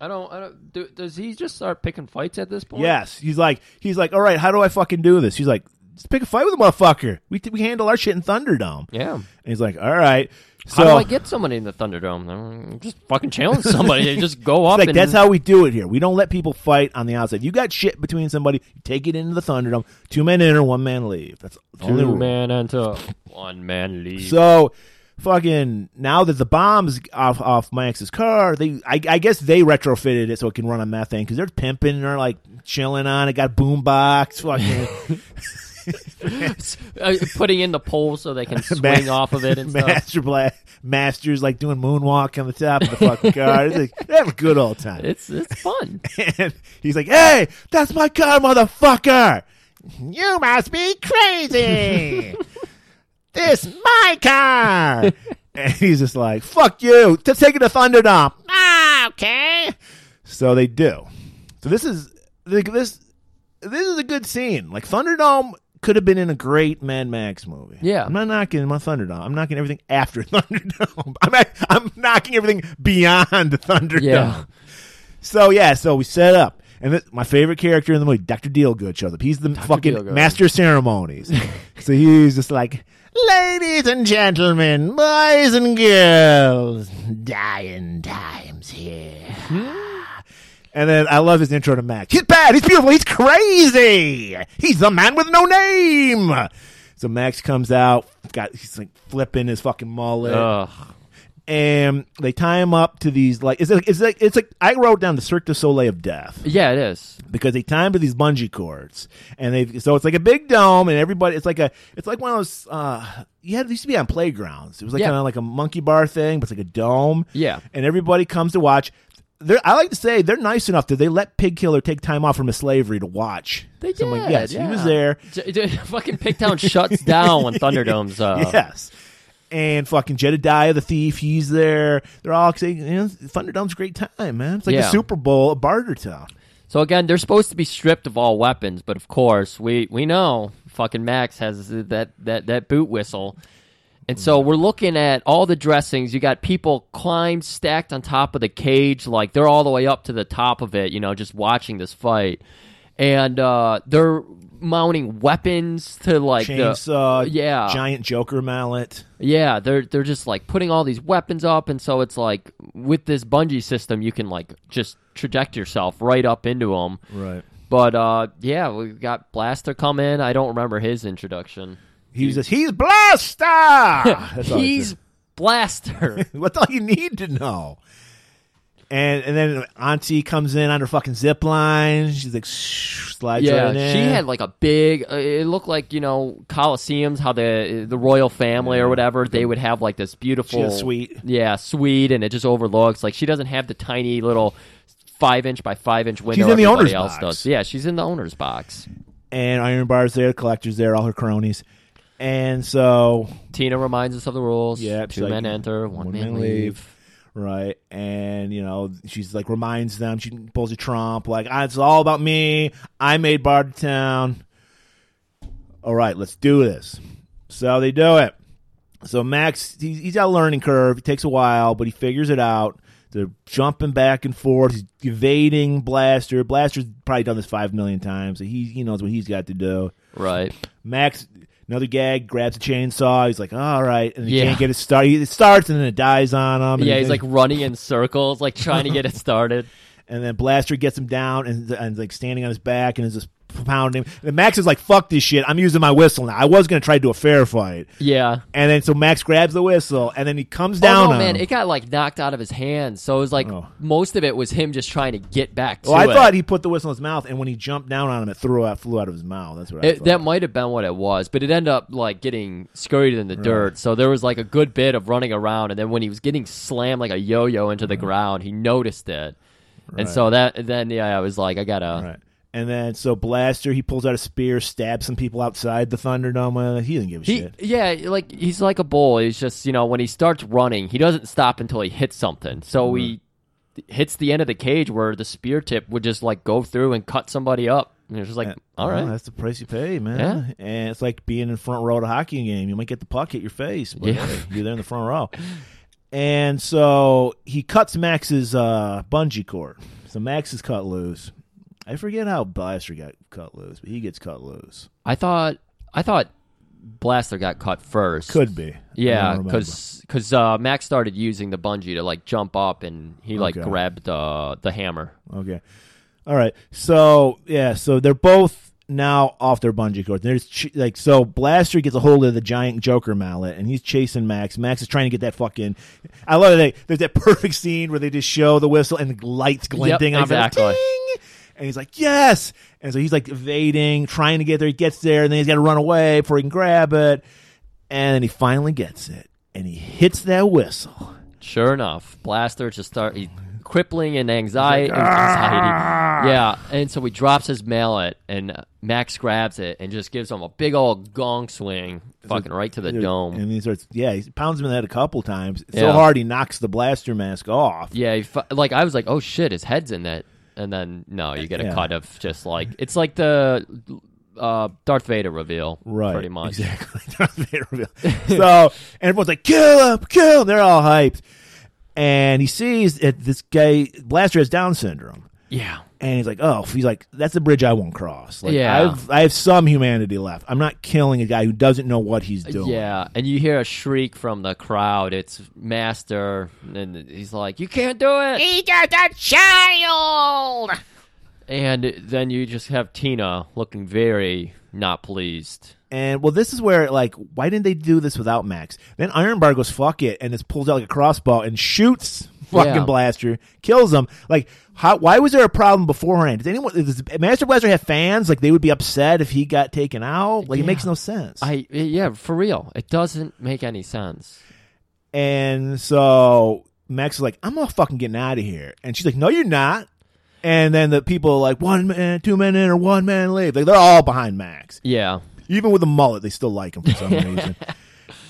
I don't. I don't. Do, does he just start picking fights at this point?
Yes, he's like, he's like, all right, how do I fucking do this? He's like, just pick a fight with a motherfucker. We we handle our shit in Thunderdome.
Yeah.
And he's like, all right. So
How do I get somebody in the Thunderdome? Mm, Just fucking challenge somebody. and just go
It's
up.
like
and,
that's how we do it here. We don't let people fight on the outside. You got shit between somebody, you take it into the Thunderdome. Two men enter, one man leave. That's the only
Two
rule.
man enter, one man leave.
So, fucking now that the bombs off off Max's car, they I, I guess they retrofitted it so it can run on methane because they're pimping and they're like chilling on it. Got boombox, fucking
Uh, putting in the pole so they can swing off of it and stuff.
master blast, masters like doing moonwalk on the top of the fucking car. It's like, they have a good old time.
It's it's fun.
and he's like, "Hey, that's my car, motherfucker! You must be crazy. this my car." and he's just like, "Fuck you! Just take it to Thunderdome." Ah, okay. So they do. So this is like, this. This is a good scene. Like Thunderdome could have been in a great Mad Max movie.
Yeah.
I'm not knocking my Thunderdome. I'm knocking everything after Thunderdome. I'm act- I'm knocking everything beyond Thunderdome.
Yeah.
So yeah, so we set up, and th- my favorite character in the movie, Doctor Dealgood, shows up. He's the fucking
Dealgood.
master of ceremonies. so he's just like, ladies and gentlemen, boys and girls, dying times here.
Hmm.
And then I love his intro to Max. He's bad. He's beautiful. He's crazy. He's the man with no name. So Max comes out. Got he's like flipping his fucking mullet
Ugh.
and they tie him up to these like it's like it's like it's like I wrote down the Cirque du Soleil of death
Yeah, it is.
because they tie him to these bungee cords and they so it's like a big dome and everybody it's like a it's like one of those uh you had it used to be on playgrounds it was like
Yeah.
kind of like a monkey bar thing but it's like a dome
Yeah.
and everybody comes to watch. They're, I like to say they're nice enough that they let Pig Killer take time off from his slavery to watch.
They did.
So I'm like, yes,
yeah.
he was there.
J- j- fucking Pigtown shuts down when Thunderdome's uh,
yes. And fucking Jedediah the thief, he's there. They're all saying, you know, Thunderdome's a great time, man. It's like
Yeah.
a Super Bowl, a barter town.
So again, they're supposed to be stripped of all weapons, but of course, we we know fucking Max has that that that boot whistle. And so we're looking at all the dressings. You got people climbed, stacked on top of the cage, like they're all the way up to the top of it. You know, just watching this fight, and uh, they're mounting weapons to like
Chainsaw,
the yeah,
giant Joker mallet.
yeah, they're they're just like putting all these weapons up, and so it's like with this bungee system, you can like just traject yourself right up into them.
Right.
But uh, yeah, we got Blaster come in. I don't remember his introduction.
He's just, he's Blaster! That's all he says.
He's Blaster.
That's all you need to know. And and then Auntie comes in on her fucking zip line. She's like, shh, slides
yeah,
right in.
she had like a big. Uh, it looked like you know Colosseums, how the the royal family or whatever they would have like this beautiful
She had a suite.
Yeah, suite, and it just overlooks. Like she doesn't have the tiny little five inch by five inch window.
She's in the
everybody
owner's
else
box.
Does. Yeah, she's in the owner's box.
and Iron Bar's there, Collector's there, all her cronies. And so
Tina reminds us of the rules.
Yeah,
two
she's like,
men enter, one, man, leave.
Right. And, you know, she's like reminds them, she pulls a trump, like, "Ah, it's all about me. I made Bard Town. all right, let's do this. So they do it. So Max, he's, he's got a learning curve. It takes a while, but he figures it out. They're jumping back and forth. He's evading Blaster. Blaster's probably done this five million times. So he, he knows what he's got to do.
Right.
Max, another gag, grabs a chainsaw. He's like, all right. And he
Yeah.
can't get it started. It starts and then it dies on him. and
Yeah, he's
then-
like running in circles, like trying to get it started.
and then Blaster gets him down and, and like standing on his back and is just pounding him. And Max is like, "Fuck this shit! I'm using my whistle now. I was gonna try to do a fair fight."
Yeah.
And then so Max grabs the whistle and then he comes down
oh, no,
on
man,
him.
it got like knocked out of his hand. So it was like
Oh.
most of it was him just trying to get back to
well, I
it.
thought he put the whistle in his mouth, and when he jumped down on him, it threw out, flew out of his mouth. That's what I
It-
thought.
that might have been what it was, but it ended up like getting scurried in the dirt. So there was like a good bit of running around, and then when he was getting slammed like a yo-yo into the ground, he noticed it, and so that then yeah, I was like, I gotta.
Right. And then so Blaster, he pulls out a spear, stabs some people outside the Thunderdome. Well, he didn't give a
He,
shit.
yeah, like he's like a bull. He's just you know when he starts running, he doesn't stop until he hits something. So he hits the end of the cage where the spear tip would just like go through and cut somebody up. And it's just like, all
Well,
right,
that's the price you pay, man. And it's like being in front row at a hockey game. You might get the puck hit your face, but
Yeah.
hey, you're there in the front row. And so he cuts Max's uh, bungee cord. So Max is cut loose. I forget how Blaster got cut loose, but he gets cut loose.
I thought I thought Blaster got cut first.
Could be. I
Yeah,
don't remember.
because uh, Max started using the bungee to like jump up, and he like
Okay.
grabbed uh, the hammer.
Okay. All right. So yeah. So they're both now off their bungee cords. There's ch- like so Blaster gets a hold of the giant Joker mallet and he's chasing Max. Max is trying to get that fucking. I love that. There's that perfect scene where they just show the whistle and the lights glinting on
exactly.
And he's like, yes. And so he's like evading, trying to get there. He gets there, and then he's got to run away before he can grab it. And then he finally gets it, and he hits that whistle.
Sure enough, Blaster just start he's crippling in anxiety.
"Ah!"
anxiety. Yeah, and so he drops his mallet, and uh, Max grabs it and just gives him a big old gong swing, fucking right to the dome.
And he starts, yeah, he pounds him in the head a couple times. So
Yeah.
hard he knocks the blaster mask off.
Yeah, he fu- like I was like, oh shit, his head's in that, and then no, you get a
Yeah.
cut of just like it's like the uh, Darth Vader reveal,
Right.
Pretty much.
Exactly. Darth Vader reveal. so and everyone's like, kill him, kill him. They're all hyped. And he sees that this guy, Blaster has Down syndrome.
Yeah.
And he's like, oh, he's like, that's a bridge I won't cross. Like,
Yeah.
I've, I have some humanity left. I'm not killing a guy who doesn't know what he's doing.
Uh, Yeah, and you hear a shriek from the crowd. It's Master, and he's like, "You can't do it! He's just a child." And then you just have Tina looking very not pleased.
And well, this is where like, why didn't they do this without Max? Then Ironbar goes fuck it, and just pulls out like a crossbow and shoots fucking
Yeah.
Blaster, kills him. Like, how, why was there a problem beforehand? Did anyone? Does Master Blaster have fans? Like, they would be upset if he got taken out. Like, it makes no sense.
I yeah, for real, it doesn't make any sense.
and so Max is like, I'm all fucking getting out of here, and she's like, No, you're not. And then the people are like one man, two men in, or one man leave. Like they're all behind Max.
Yeah,
Even with a mullet, they still like him for some reason.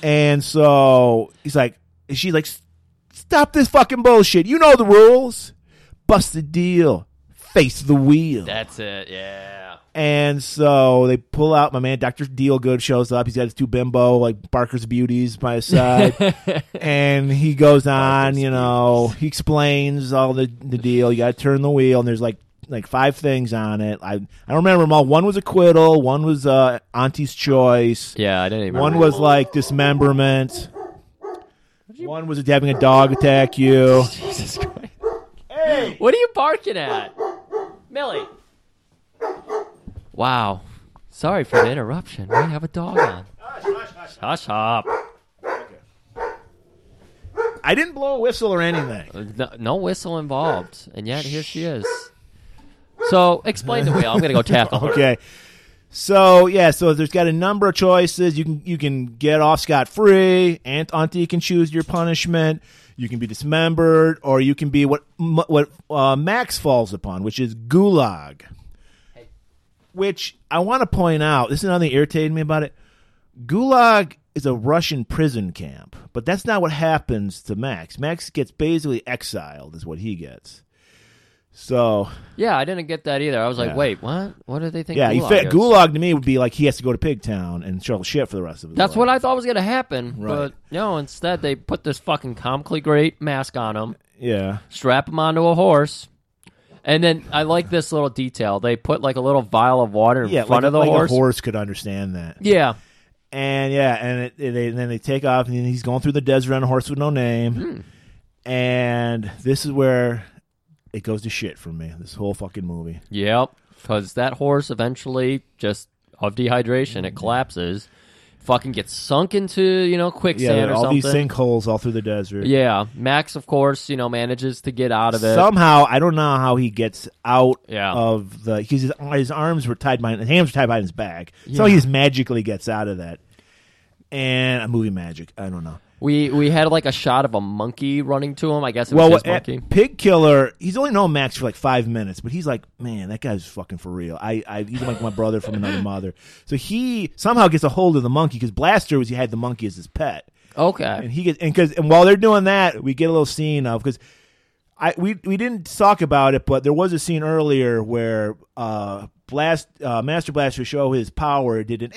And so he's like, and she's like, stop this fucking bullshit. You know the rules. Bust the deal. Face the wheel.
that's it. Yeah,
and so they pull out my man, Dr. Dealgood shows up. He's got his two bimbo, like Barker's beauties by his side. and he goes on, you know, he explains all the, the deal. You got to turn the wheel, and there's like like five things on it. I, I don't remember them all. One was acquittal, one was uh, Auntie's choice.
yeah, I didn't even.
One was like dismemberment. One was having a dog attack you.
Jesus Christ. Hey, what are you barking at, Millie? Wow. Sorry for the interruption. We have a dog on. Hush up.
I didn't blow a whistle or anything.
No, no whistle involved, and yet here she is. So explain the wheel. I'm gonna go tackle her.
Okay. So yeah, so there's got a number of choices. You can you can get off scot free. Aunt Auntie can choose your punishment. You can be dismembered, or you can be what m- what uh, Max falls upon, which is gulag. Which I want to point out. This is another thing irritating me about it. Gulag is a Russian prison camp, but that's not what happens to Max. Max gets basically exiled, is what he gets. So
Yeah, I didn't get that either. I was like,
Yeah.
wait, what? What did they think?
yeah,
gulag
he fit
is?
gulag to me would be like he has to go to Pigtown and shovel shit for the rest of his
That's
life.
what I thought was going to happen.
Right.
But no, instead they put this fucking comically great mask on him,
Yeah,
strap him onto a horse. And then I like this little detail. They put like a little vial of water in
yeah.
front
like,
of the
like
horse.
a horse could understand that.
Yeah.
And yeah, and, it, they, and then they take off, and he's going through the desert on a horse with no name.
Hmm.
And this is where it goes to shit for me. This whole fucking movie.
Yep. Because that horse eventually just of dehydration, it collapses, fucking gets sunk into, you know, quicksand
Yeah,
or
all
something.
these sinkholes all through the desert.
Yeah. Max, of course, you know, manages to get out of it.
Somehow, I don't know how he gets out
Yeah.
of the because his, his arms were tied behind his hands were tied behind his back. So he just magically gets out of that. And a movie magic. I don't know.
We we had like a shot of a monkey running to him. I guess it was
Well, eh,
his
what-
monkey.
Pig Killer, he's only known Max for like five minutes, but he's like, man, that guy's fucking for real. I, I he's like my brother from another mother. So he somehow gets a hold of the monkey because Blaster was he had the monkey as his pet, and
Okay.
he gets and because and while they're doing that, we get a little scene of because. I, we we didn't talk about it, but there was a scene earlier where uh, Blast uh, Master Blaster to show his power did an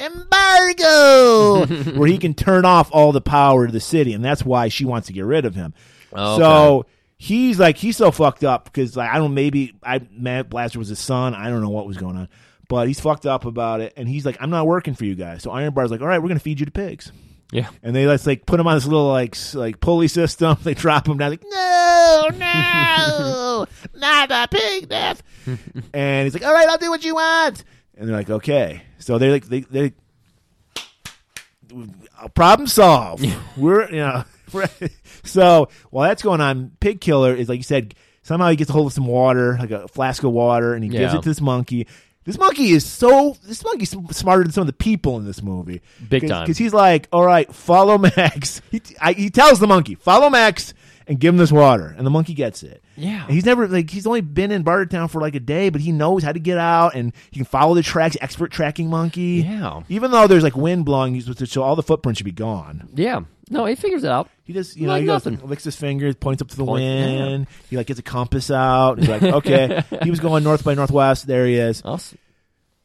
embargo where he can turn off all the power to the city, and that's why she wants to get rid of him.
Okay.
So he's like he's so fucked up because like I don't maybe I Matt Blaster was his son. I don't know what was going on, but he's fucked up about it, and he's like I'm not working for you guys. So Iron Bar's like, all right, we're gonna feed you to pigs.
Yeah.
And they let's like put him on this little like s- like pulley system. They drop him down like no no not a pig death. and he's like all right I'll do what you want. And they're like okay. So they're like they they uh, problem solved. we're you know we're- so while that's going on, Pig Killer is like you said somehow he gets a hold of some water like a flask of water and he gives
Yeah.
it to this monkey. This monkey is so. This monkey's smarter than some of the people in this movie.
Big
Cause,
time.
Because he's like, all right, follow Max. He, I, he tells the monkey, follow Max and give him this water. And the monkey gets it.
Yeah.
And he's never, like, he's only been in Barter Town for like a day, but he knows how to get out and he can follow the tracks, expert tracking monkey.
Yeah.
Even though there's like wind blowing, he's supposed to- so all the footprints should be gone.
Yeah. No, he figures it out.
He just, you know,
Like
he goes,
nothing.
licks his fingers, points up to the
Point-
wind. He like gets a compass out. He's like, okay, he was going north by northwest. There he is.
Awesome.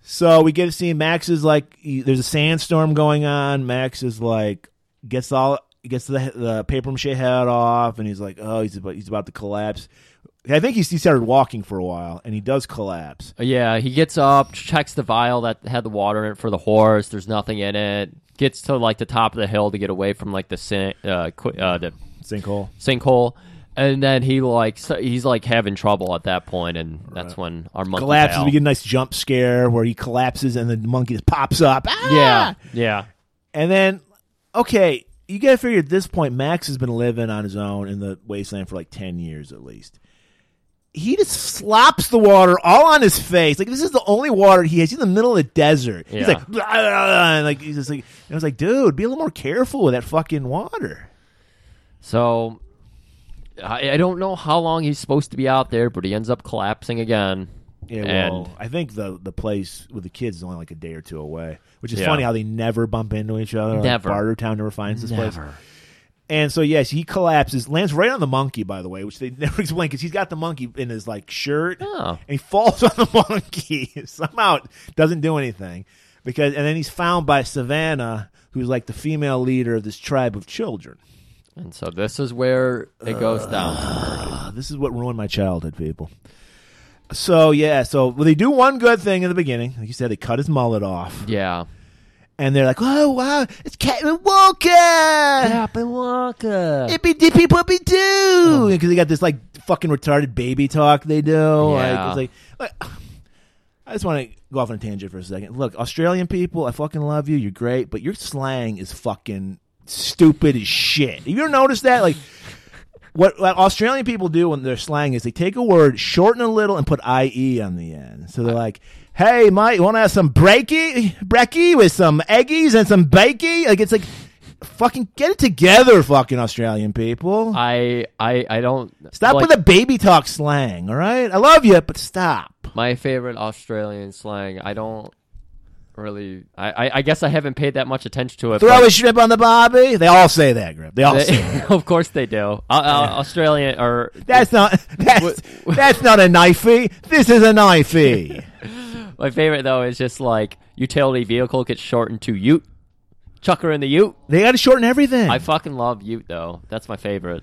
So we get to see Max is like he, there's a sandstorm going on. Max is like gets all gets the the paper mache head off, and he's like, oh, he's about he's about to collapse. I think he's, he started walking for a while, and he does collapse.
Yeah, he gets up, checks the vial that had the water in it for the horse. There's nothing in it. Gets to like the top of the hill to get away from like the sin- uh, qu- uh, the
Sinkhole.
sinkhole, and then he like so he's like having trouble at that point, and that's when our monkey
Collapses.
pal-
We get a nice jump scare where he collapses, and the monkey just pops up. Ah!
Yeah, yeah,
And then, okay, you got to figure at this point, Max has been living on his own in the wasteland for like 10 years at least. He just slops the water all on his face. Like, this is the only water he has. He's in the middle of the desert. He's
Yeah.
like, "Blah, blah, blah," and like, he's just like, and I was like, dude, be a little more careful with that fucking water.
So I, I don't know how long he's supposed to be out there, but he ends up collapsing again.
Yeah,
and
well, I think the the place with the kids is only like a day or two away, which is
Yeah.
funny how they never bump into each other. Like,
Never.
Barter Town never finds this place.
never.
And so yes, he collapses, lands right on the monkey. By the way, which they never explain because he's got the monkey in his like shirt,
Oh.
and he falls on the monkey. Somehow it doesn't do anything because, and then he's found by Savannah, who's like the female leader of this tribe of children.
And so this is where it goes down.
Uh, this is what ruined my childhood, people. So yeah, so well, they do one good thing in the beginning, like you said, they cut his mullet off,
Yeah.
and they're like, "Oh wow, it's Captain Walker."
Walker.
Ippy dippy puppy doo! Because they got this like fucking retarded baby talk they do.
Yeah.
Like, it's like, like, I just want to go off on a tangent for a second. Look, Australian people, I fucking love you. You're great, but your slang is fucking stupid as shit. Have you ever noticed that? Like, what, what Australian people do when their slang is they take a word, shorten a little, and put IE on the end. So they're like, hey, mate, want to have some breaky, brecky with some eggies and some bakey? Like, it's like, fucking get it together, fucking Australian people.
I I I don't
stop
like,
with the baby talk slang, all right? I love you, but stop.
my favorite Australian slang. I don't really. I, I, I guess I haven't paid that much attention to it.
Throw
but
a strip on the Bobby. They all say that, Grip. They all say that.
they- of course they do. Uh, uh, Australian or
That's not that's that's not a knifey. This is a knifey.
my favorite though is just like utility vehicle gets shortened to Ute. Chucker in the Ute.
they got to shorten everything.
I fucking love Ute though. That's my favorite.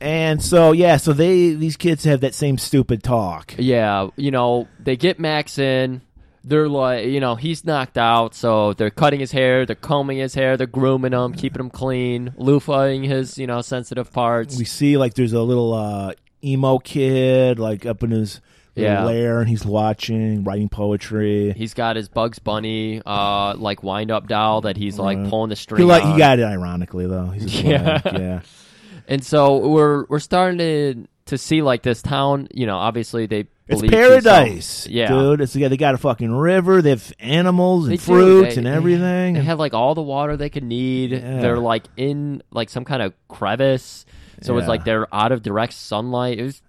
and so yeah, so they these kids have that same stupid talk.
Yeah, you know, they get Max in. They're like, you know, he's knocked out, so they're cutting his hair, they're combing his hair, they're grooming him, keeping him clean, loofahing his, you know, sensitive parts.
We see like there's a little uh, emo kid like up in his little
Yeah.
lair and he's watching, writing poetry.
He's got his Bugs Bunny, uh, like wind up doll that he's Uh-huh. like pulling the string.
He like he
on.
got it ironically though. He's just
Yeah.
like, yeah.
and so we're we're starting to to see like this town. You know, obviously they
It's
believe these
paradise,
songs. Yeah,
dude. It's yeah, they got a fucking river. They have animals and
They do.
fruits
They-
and everything.
They have like all the water they could need.
Yeah.
They're like in like some kind of crevice, so it's
Yeah.
like they're out of direct sunlight. It was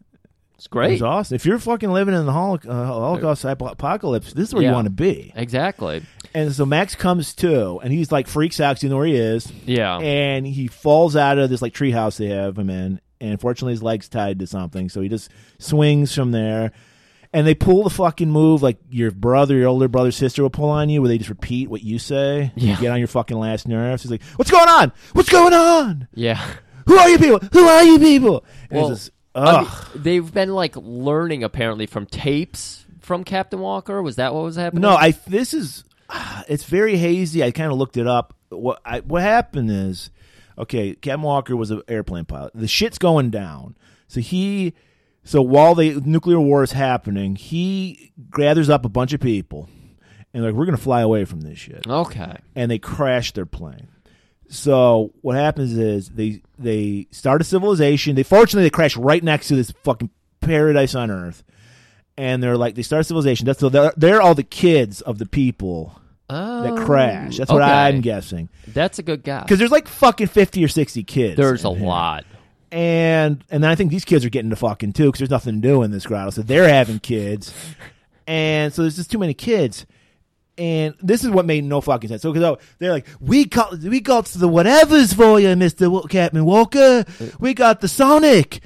it's
It
great.
was awesome. If you're fucking living in the holo- uh, Holocaust apo- apocalypse, this is where
Yeah.
you want to be.
Exactly.
And so Max comes to, and he's like freaks out, 'cause he know where he is,
Yeah.
and he falls out of this like treehouse they have him in, and fortunately his legs tied to something, so he just swings from there. And they pull the fucking move like your brother, your older brother, sister will pull on you, where they just repeat what you say,
Yeah.
get on your fucking last nerve. She's like, "What's going on? What's going on?
yeah.
Who are you people? Who are you people?" And
Well,
it's just,
I mean,
ugh.
they've been like learning apparently from tapes from Captain Walker. Was that what was happening?
No, I this is ah, it's very hazy. I kind of looked it up. What I, what happened is, okay, Captain Walker was an airplane pilot. The shit's going down, so he. So while the nuclear war is happening, he gathers up a bunch of people, and they're like we're gonna fly away from this shit
Okay.
and they crash their plane. So what happens is they they start a civilization. They fortunately they crash right next to this fucking paradise on Earth, and they're like they start a civilization. That's so they're, they're all the kids of the people
Oh,
that crash. That's what
okay.
I'm guessing
That's a good guy.
because there's like fucking fifty or sixty kids.
There's a
in here.
lot.
and and then I think these kids are getting to fucking too because there's nothing to do in this grotto, so they're having kids, and so there's just too many kids. And this is what made no fucking sense. So because they're like, we got we got the whatever's for you, Mister Captain Walker. We got the Sonic,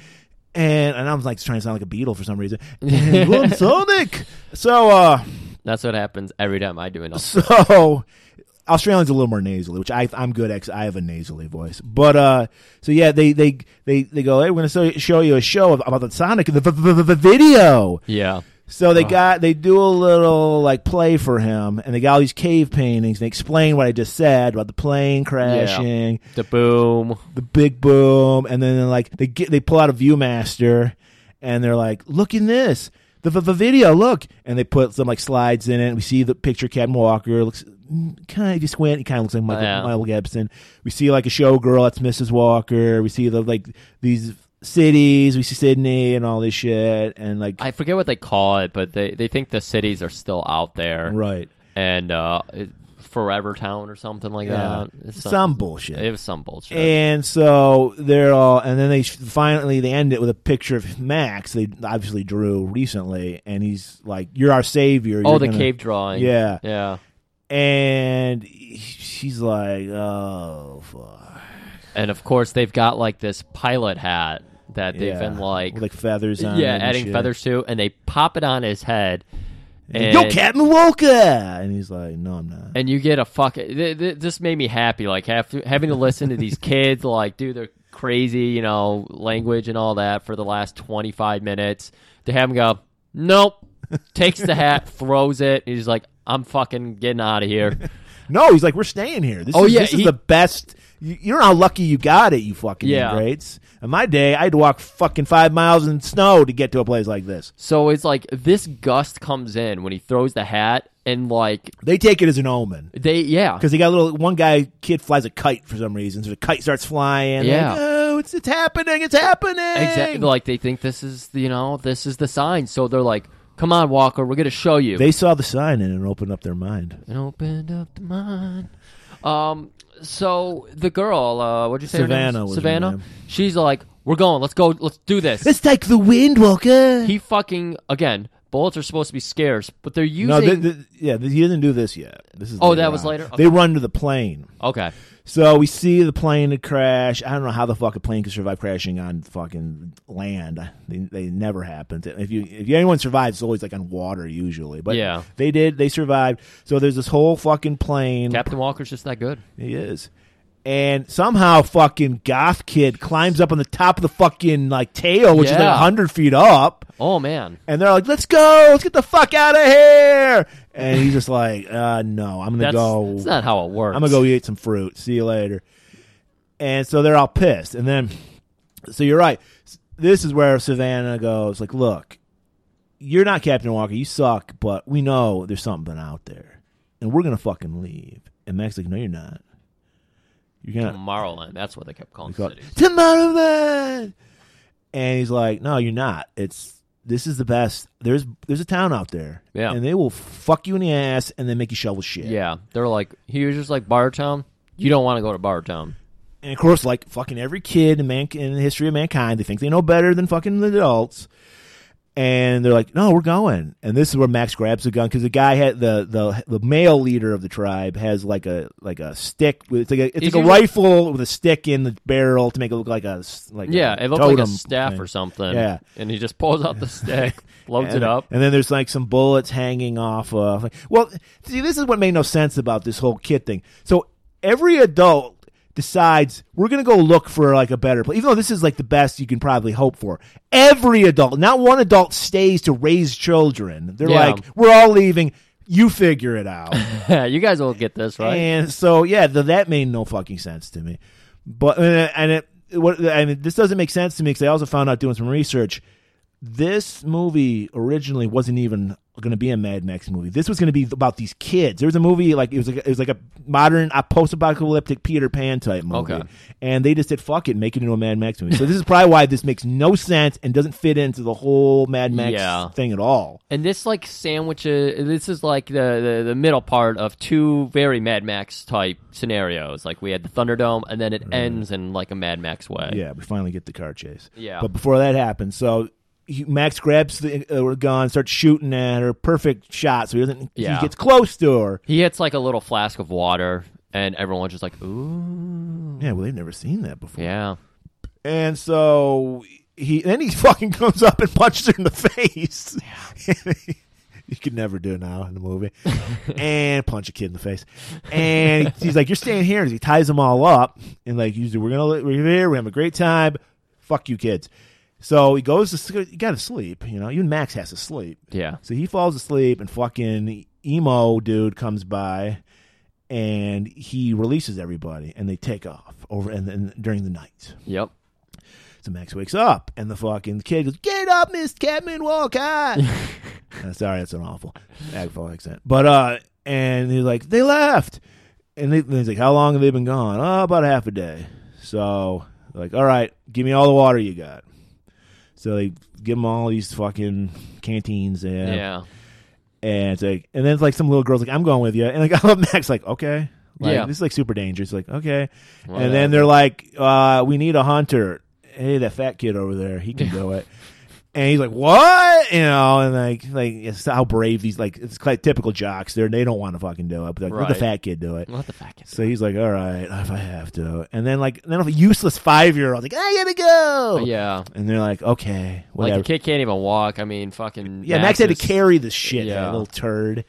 and and I was like trying to sound like a Beatle for some reason. And, "Well, Sonic. So uh,
That's what happens every time I do an
so Australians a little more nasally, which I I'm good at. 'cause I have a nasally voice, but uh, so yeah, they they they they go. Hey, we're gonna show, show you a show about the Sonic the v- v- v- video.
Yeah.
So they got they do a little like play for him, and they got all these cave paintings. And they explain what I just said about the plane crashing,
The boom.
the big boom, and then like they get they pull out a ViewMaster, and they're like, "Look in this, the, the, the video, look!" And they put some like slides in it. We see the picture of Captain Walker looks mm, kind of if you squint, he kind of looks like Michael,
Yeah.
Michael Gibson. We see like a showgirl that's Mrs. Walker. We see the like these cities. We see Sydney and all this shit, and like
I forget what they call it, but they, they think the cities are still out there.
right,
And uh, it- Forever Town or something like
yeah,
that. It's
some,
some-
bullshit.
It was some bullshit.
And so they're all, and then they sh- finally they end it with a picture of Max. They obviously drew recently, and he's like, "You're our savior."
oh,
You're
the
gonna-"
cave drawing.
Yeah.
Yeah.
And he- she's like, "Oh fuck."
And of course, they've got like this pilot hat that they've
Yeah.
been like.
With, like feathers on.
yeah,
it and
adding
shit.
feathers to, and they pop it on his head. And,
Yo, Captain Walker, and he's like, "No, I'm not."
and you get a fuck. Th- th- this made me happy. Like have to, having to listen to these kids, like do their crazy, you know, language and all that for the last twenty five minutes. To have him go, nope. Takes the hat, throws it. And he's like, I'm fucking getting out of here.
No, he's like, "We're staying here. This
Oh,
is,
yeah,
this
he-
is the best." You, you know how lucky you got it, you fucking
Yeah.
greats. In my day, I had to walk fucking five miles in snow to get to a place like this.
So it's like this gust comes in when he throws the hat, and like
They take it as an omen.
they, yeah,
because they got a little one guy kid flies a kite for some reason, so the kite starts flying. They're
Yeah.
like, oh, it's it's happening, it's happening.
exactly. Like they think this is, you know, this is the sign. So they're like, come on, Walker, we're gonna show you.
They saw the sign and it opened up their mind.
and opened up the mind. Um, so the girl, uh, what'd you say? her name
Savannah was her
Savannah.
name.
She's like, "We're going. Let's go. Let's do this."
Let's take the wind, Walker.
he fucking again Bullets are supposed to be scarce, but they're using.
No, th- th- yeah, th- he didn't do this yet. This is
Oh,
later
that was
on.
later?
They
Okay.
run to the plane.
okay.
So we see the plane had crashed. I don't know how the fuck a plane could survive crashing on fucking land. They, they never happens. If you if anyone survives, it's always like on water usually. But
Yeah.
they did. They survived. So there's this whole fucking plane.
Captain Walker's just that good.
He is. And somehow fucking goth kid climbs up on the top of the fucking like tail, which is like
Yeah.
hundred feet up.
Oh, man.
And they're like, "Let's go! Let's get the fuck out of here!" And he's just like, uh, "No, I'm gonna
That's,
go.
that's not how it works.
I'm gonna go eat some fruit. See you later." And so they're all pissed. And then, so you're right. This is where Savannah goes, like, "Look, you're not Captain Walker. You suck. But we know there's something out there, and we're gonna fucking leave." And Mac's like, "No, you're not. You're gonna
Tomorrowland. That's what they kept calling
Call-
cities.
Tomorrowland. And he's like, "No, you're not. It's this is the best. There's there's a town out there,
Yeah.
and they will fuck you in the ass and then make you shovel shit.
Yeah, they're like he was just like Bartown. You don't want to go to Bartown.
And of course, like fucking every kid in man in the history of mankind, they think they know better than fucking the adults. And they're like, "No, we're going." And this is where Max grabs the gun because the guy had the, the the male leader of the tribe has like a like a stick with it's like a, it's
Is
like a
he-
rifle with a stick in the barrel to make it look like a s- like
Yeah,
a
it looked like a
totem
staff
thing.
or something.
Yeah.
and he just pulls out the stick, loads
and,
it up.
And then there's like some bullets hanging off of. Well, see, this is what made no sense about this whole kid thing. So every adult decides we're going to go look for like a better place, even though this is like the best you can probably hope for. Every adult, not one adult stays to raise children. They're
Yeah.
like, we're all leaving. You figure it out.
Yeah, you guys will get this right.
And so, yeah, th that made no fucking sense to me. But and it- and it, what I mean, this doesn't make sense to me because I also found out doing some research. This movie originally wasn't even going to be a Mad Max movie. This was going to be about these kids. There was a movie like it was like it was like a modern uh, post-apocalyptic Peter Pan type movie,
Okay.
and they just said fuck it, make it into a Mad Max movie. So this is probably why this makes no sense and doesn't fit into the whole Mad Max
Yeah.
thing at all.
and this like sandwiches. This is like the, the the middle part of two very Mad Max type scenarios. Like we had the Thunderdome, and then it ends in like a Mad Max way.
Mm-hmm. Yeah, we finally get the car chase.
Yeah.
But before that happens, so he, Max grabs the uh, gun, starts shooting at her. Perfect shot. So he doesn't.
Yeah.
He gets close to her.
he hits like a little flask of water, and everyone's just like, "Ooh,
Yeah. Well, they've never seen that before.
yeah."
And so he then he fucking comes up and punches her in the face. you could never do it now in the movie. and punch a kid in the face. And he's like, "You're staying here." And he ties them all up and like, "Usually we're gonna li- we're here. We're having a great time. Fuck you, kids." So he goes to sleep. You got to sleep. You know, even Max has to sleep.
Yeah.
So he falls asleep, and fucking emo dude comes by, and he releases everybody, and they take off over and, and during the night.
Yep.
So Max wakes up, and the fucking kid goes, "Get up, Miss Catman Walker." uh, sorry, that's an awful Agfall accent. But uh, and he's like, "They left," and, they, and he's like, "How long have they been gone?" Oh, about half a day. So like, all right, give me all the water you got. So they give him all these fucking canteens. They have,
Yeah.
and it's like, and then it's like some little girl's like, "I'm going with you," and like I love Max, like, "Okay, like,
Yeah.
this is like super dangerous." Like, okay,
Whatever.
and then they're like, uh, "We need a hunter." Hey, that fat kid over there, he can do it. And he's like, "What?" You know, and like, like it's how brave these like it's like typical jocks. They're they don't want to fucking do it, but like, let the
Right.
fat kid do it.
What the fuck is?
So he's like, "All right, if I have to," and then like then a useless five year old like, "I gotta go,"
Yeah.
and they're like, "Okay, whatever."
Like the kid can't even walk. I mean, fucking.
yeah, Max had to
is-
carry this shit,
Yeah.
that little turd,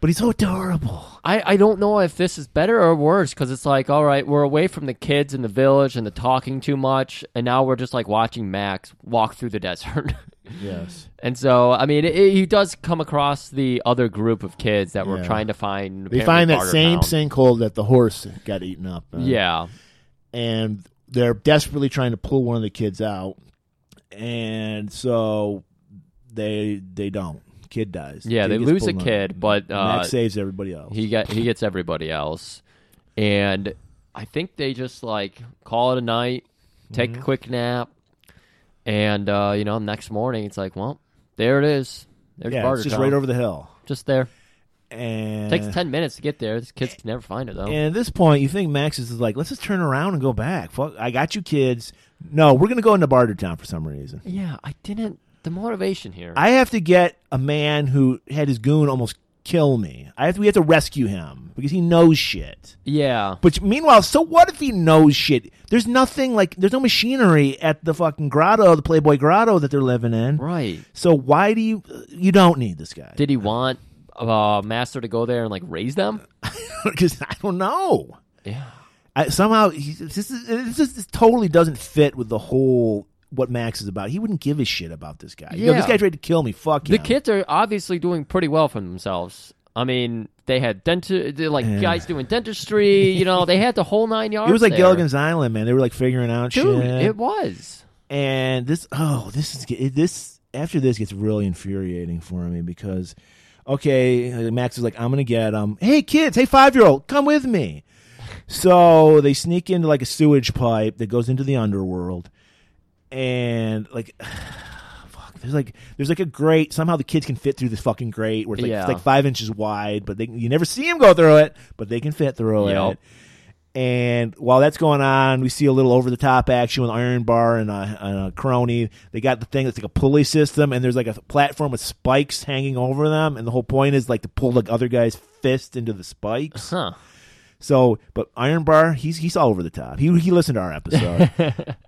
but he's so adorable.
I, I don't know if this is better or worse because it's like, all right, we're away from the kids in the village and the talking too much, and now we're just like watching Max walk through the desert.
Yes.
and so, I mean, it, it- he does come across the other group of kids that were
Yeah.
trying to find.
They
apparently
find that
Barter
same uh,
Town.
sinkhole that the horse got eaten up. in,
Yeah,
And they're desperately trying to pull one of the kids out. And so they they don't. Kid dies.
yeah,
Kid
they
gets
lose a
pulled out.
kid, but uh,
Max saves everybody else.
he got he gets everybody else, and I think they just like call it a night, take
Mm-hmm.
a quick nap, and uh, you know, next morning it's like, well, there it is. There's
yeah,
Barter
it's just
Town.
right over the hill.
just there.
And
Takes ten minutes to get there. These kids can never find it though.
And at this point, you think Max is like, let's just turn around and go back. Fuck, I got you, kids. No, we're gonna go into Barter Town for some reason.
yeah, I didn't the motivation here.
I have to get a man who had his goon almost kill me. I have to, we have to rescue him because he knows shit.
yeah.
But meanwhile, so what if he knows shit? There's nothing like there's no machinery at the fucking grotto, the Playboy Grotto that they're living in.
Right.
So why do you you don't need this guy?
Did he want uh, Master to go there and like raise them?
Because I don't know.
Yeah.
I, somehow he, this is this, is, this totally doesn't fit with the whole what Max is about. He wouldn't give a shit about this guy. You know, this
Yeah.
guy tried to kill me. Fuck
The
him.
kids are obviously doing pretty well for themselves. I mean, they had denti- they're like guys doing dentistry. You know, they had the whole nine yards.
It was like
there.
Gilligan's Island, man. They were like figuring out
Dude,
shit.
it was.
and this oh this is it- this after this gets really infuriating for me because okay max is like i'm gonna get um hey kids hey five year old come with me so they sneak into like a sewage pipe that goes into the underworld and like fuck there's like there's like a grate somehow the kids can fit through this fucking grate where it's like,
Yeah.
it's like five inches wide but they you never see them go through it but they can fit through
Yep.
it and while that's going on, we see a little over the top action with Iron Bar and a, and a crony. They got the thing that's like a pulley system, and there's like a platform with spikes hanging over them. And the whole point is like to pull the other guy's fist into the spikes.
Huh.
So, but Iron Bar, he's he's all over the top. He he listened to our episode,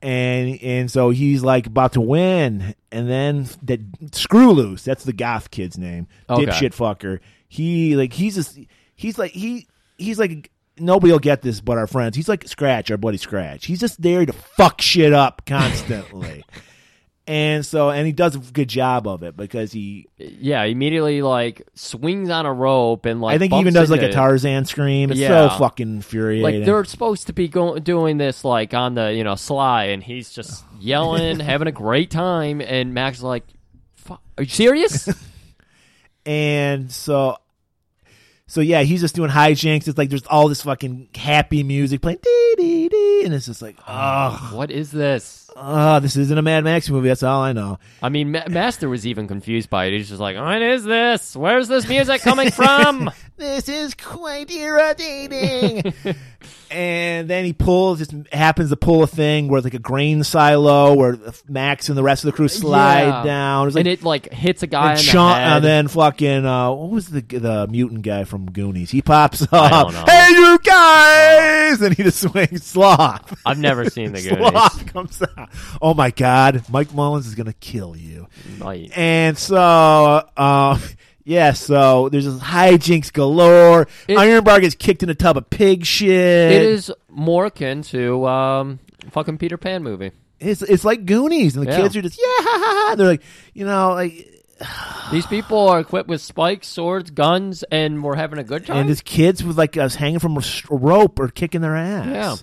and and so he's like about to win, and then that screw loose. That's the goth kid's name,
Okay.
dipshit fucker. He like he's just he's like he he's like nobody will get this but our friends. He's like Scratch, our buddy Scratch. He's just there to fuck shit up constantly. And so, and he does a good job of it because he,
Yeah, immediately like swings on a rope and like.
I think he
bumps
even does like a
into-
Tarzan scream. It's
Yeah.
so fucking infuriating.
Like they're supposed to be go- doing this like on the you know sly, and he's just yelling, having a great time, and Max is like, "Fu- "Are you serious?"
and so so yeah he's just doing hijinks it's like there's all this fucking happy music playing dee dee dee and it's just like oh,
what is this?
oh this isn't a mad max movie that's all i know
I mean, Ma- Master was even confused by it. He's just like, "What is this? Where's this music coming from?"
this is quite irritating and then he pulls just happens to pull a thing where like a grain silo where max and the rest of the crew slide
Yeah.
down it's like
and it like hits a guy
and,
in
Sean-
the head.
and then fucking uh, what was the the mutant guy from Goonies? He pops up,
don't know.
"Hey, you guys!" and he just swings sloth.
I've never seen the Goonies.
Sloth comes out. Oh my god, Mike Mullins is gonna kill you.
Like,
And so, um, yeah, so there's this hijinks galore.
It-
Iron Bar gets kicked in a tub of pig shit.
it is more akin to um, fucking Peter Pan movie.
It's, it's like Goonies, and the
Yeah.
kids are just yeah, ha, ha, ha. they're like, you know, like
These people are equipped with spikes, swords, guns, and we're having a good time.
and this kids with like us hanging from a s- rope or kicking their ass.
Yeah.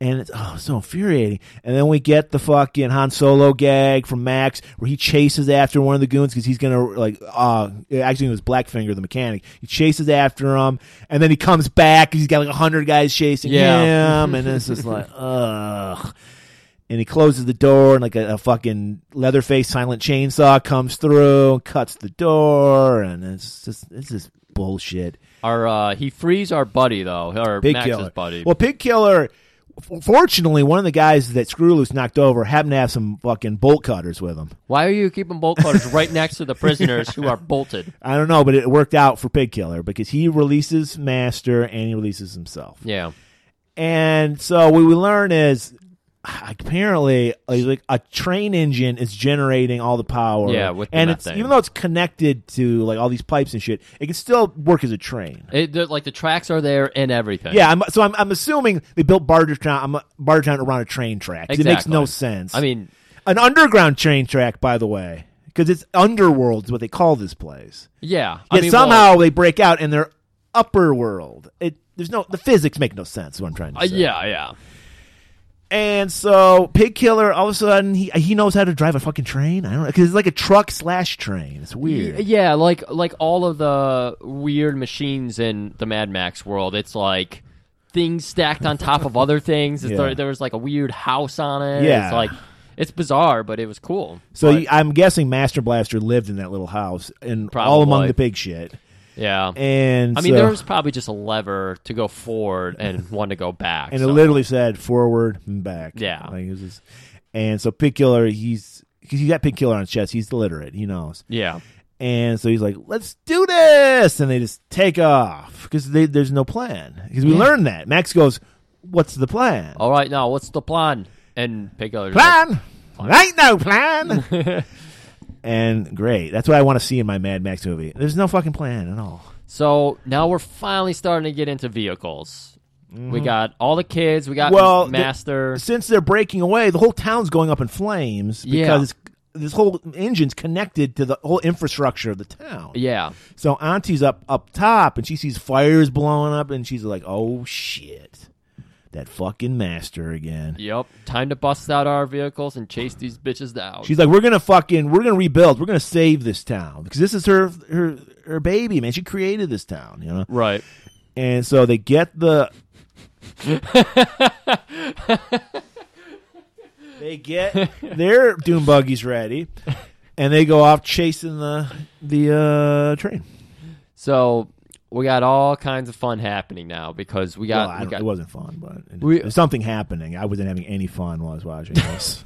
And it's oh so infuriating. And then we get the fucking Han Solo gag from Max, where he chases after one of the goons because he's gonna like uh actually it was Blackfinger the mechanic. He chases after him, and then he comes back. 'cause He's got like hundred guys chasing
Yeah.
him, and it's just like ugh. And he closes the door, and like a, a fucking leatherface silent chainsaw comes through, and cuts the door, and it's just it's just bullshit.
our uh, he frees our buddy though, or
Pig
Max's
Killer.
buddy.
Well, Pig Killer. f- Fortunately, one of the guys that Screw Loose knocked over happened to have some fucking bolt cutters with him.
Why are you keeping bolt cutters right next to the prisoners who are bolted?
I don't know, but it worked out for Pig Killer because he releases Master and he releases himself.
Yeah,
And so what we learn is apparently a, like a train engine is generating all the power.
Yeah, with the
and
meth
it's,
thing.
even though it's connected to like all these pipes and shit, it can still work as a train.
it, they're- like the tracks are there and everything.
Yeah, I'm, so I'm, I'm assuming they built Bartertown, I'm, Bartertown around a train track. It makes
Exactly.
no sense.
I mean,
an underground train track, by the way, because it's underworld is what they call this place.
yeah. I
Yet
mean, well,
somehow they break out and they're upper world. It there's no the physics make no sense. is What I'm trying to
uh,
say.
yeah, yeah.
And so Pig Killer, all of a sudden he he knows how to drive a fucking train. I don't know because it's like a truck slash train. It's weird.
Y- Yeah, like like all of the weird machines in the Mad Max world, it's like things stacked on top of other things. It's
Yeah.
there, there was like a weird house on it.
Yeah.
It's like it's bizarre, but it was cool.
so
But,
he- I'm guessing Master Blaster lived in that little house and all
Probably.
among the pig shit.
yeah.
And
I mean,
so-
there was probably just a lever to go forward and one to go back.
and
so-
it literally said forward and back.
Yeah.
Like, it was just- and so Pig Killer, he's because he got Pig Killer on his chest. He's illiterate. He knows.
Yeah.
And so he's like, let's do this. And they just take off because there's no plan. Because we learned that. Max goes, what's the plan?
All right, now what's the plan? And Pig Killer's like,
plan. Ain't no plan. and great. That's what I want to see in my Mad Max movie. There's no fucking plan at all.
So now we're finally starting to get into vehicles. We got all the kids. We got
Mm-hmm. Well, the-
Master.
Since they're breaking away, the whole town's going up in flames
Yeah.
because it's, this whole engine's connected to the whole infrastructure of the town.
yeah.
So Auntie's up up top and she sees fires blowing up and she's like, "Oh shit. That fucking master again."
Yep. Time to bust out our vehicles and chase these bitches down.
She's like, "We're going to fucking we're going to rebuild. We're going to save this town because this is her her her baby, man. She created this town, you know."
right.
And so they get the. they get their dune buggies ready, and they go off chasing the the uh, train.
So we got all kinds of fun happening now because we
Well,
got.
I
we
don't-
got-
it wasn't fun, but it,
We-
there's something happening. I wasn't having any fun while I was watching this.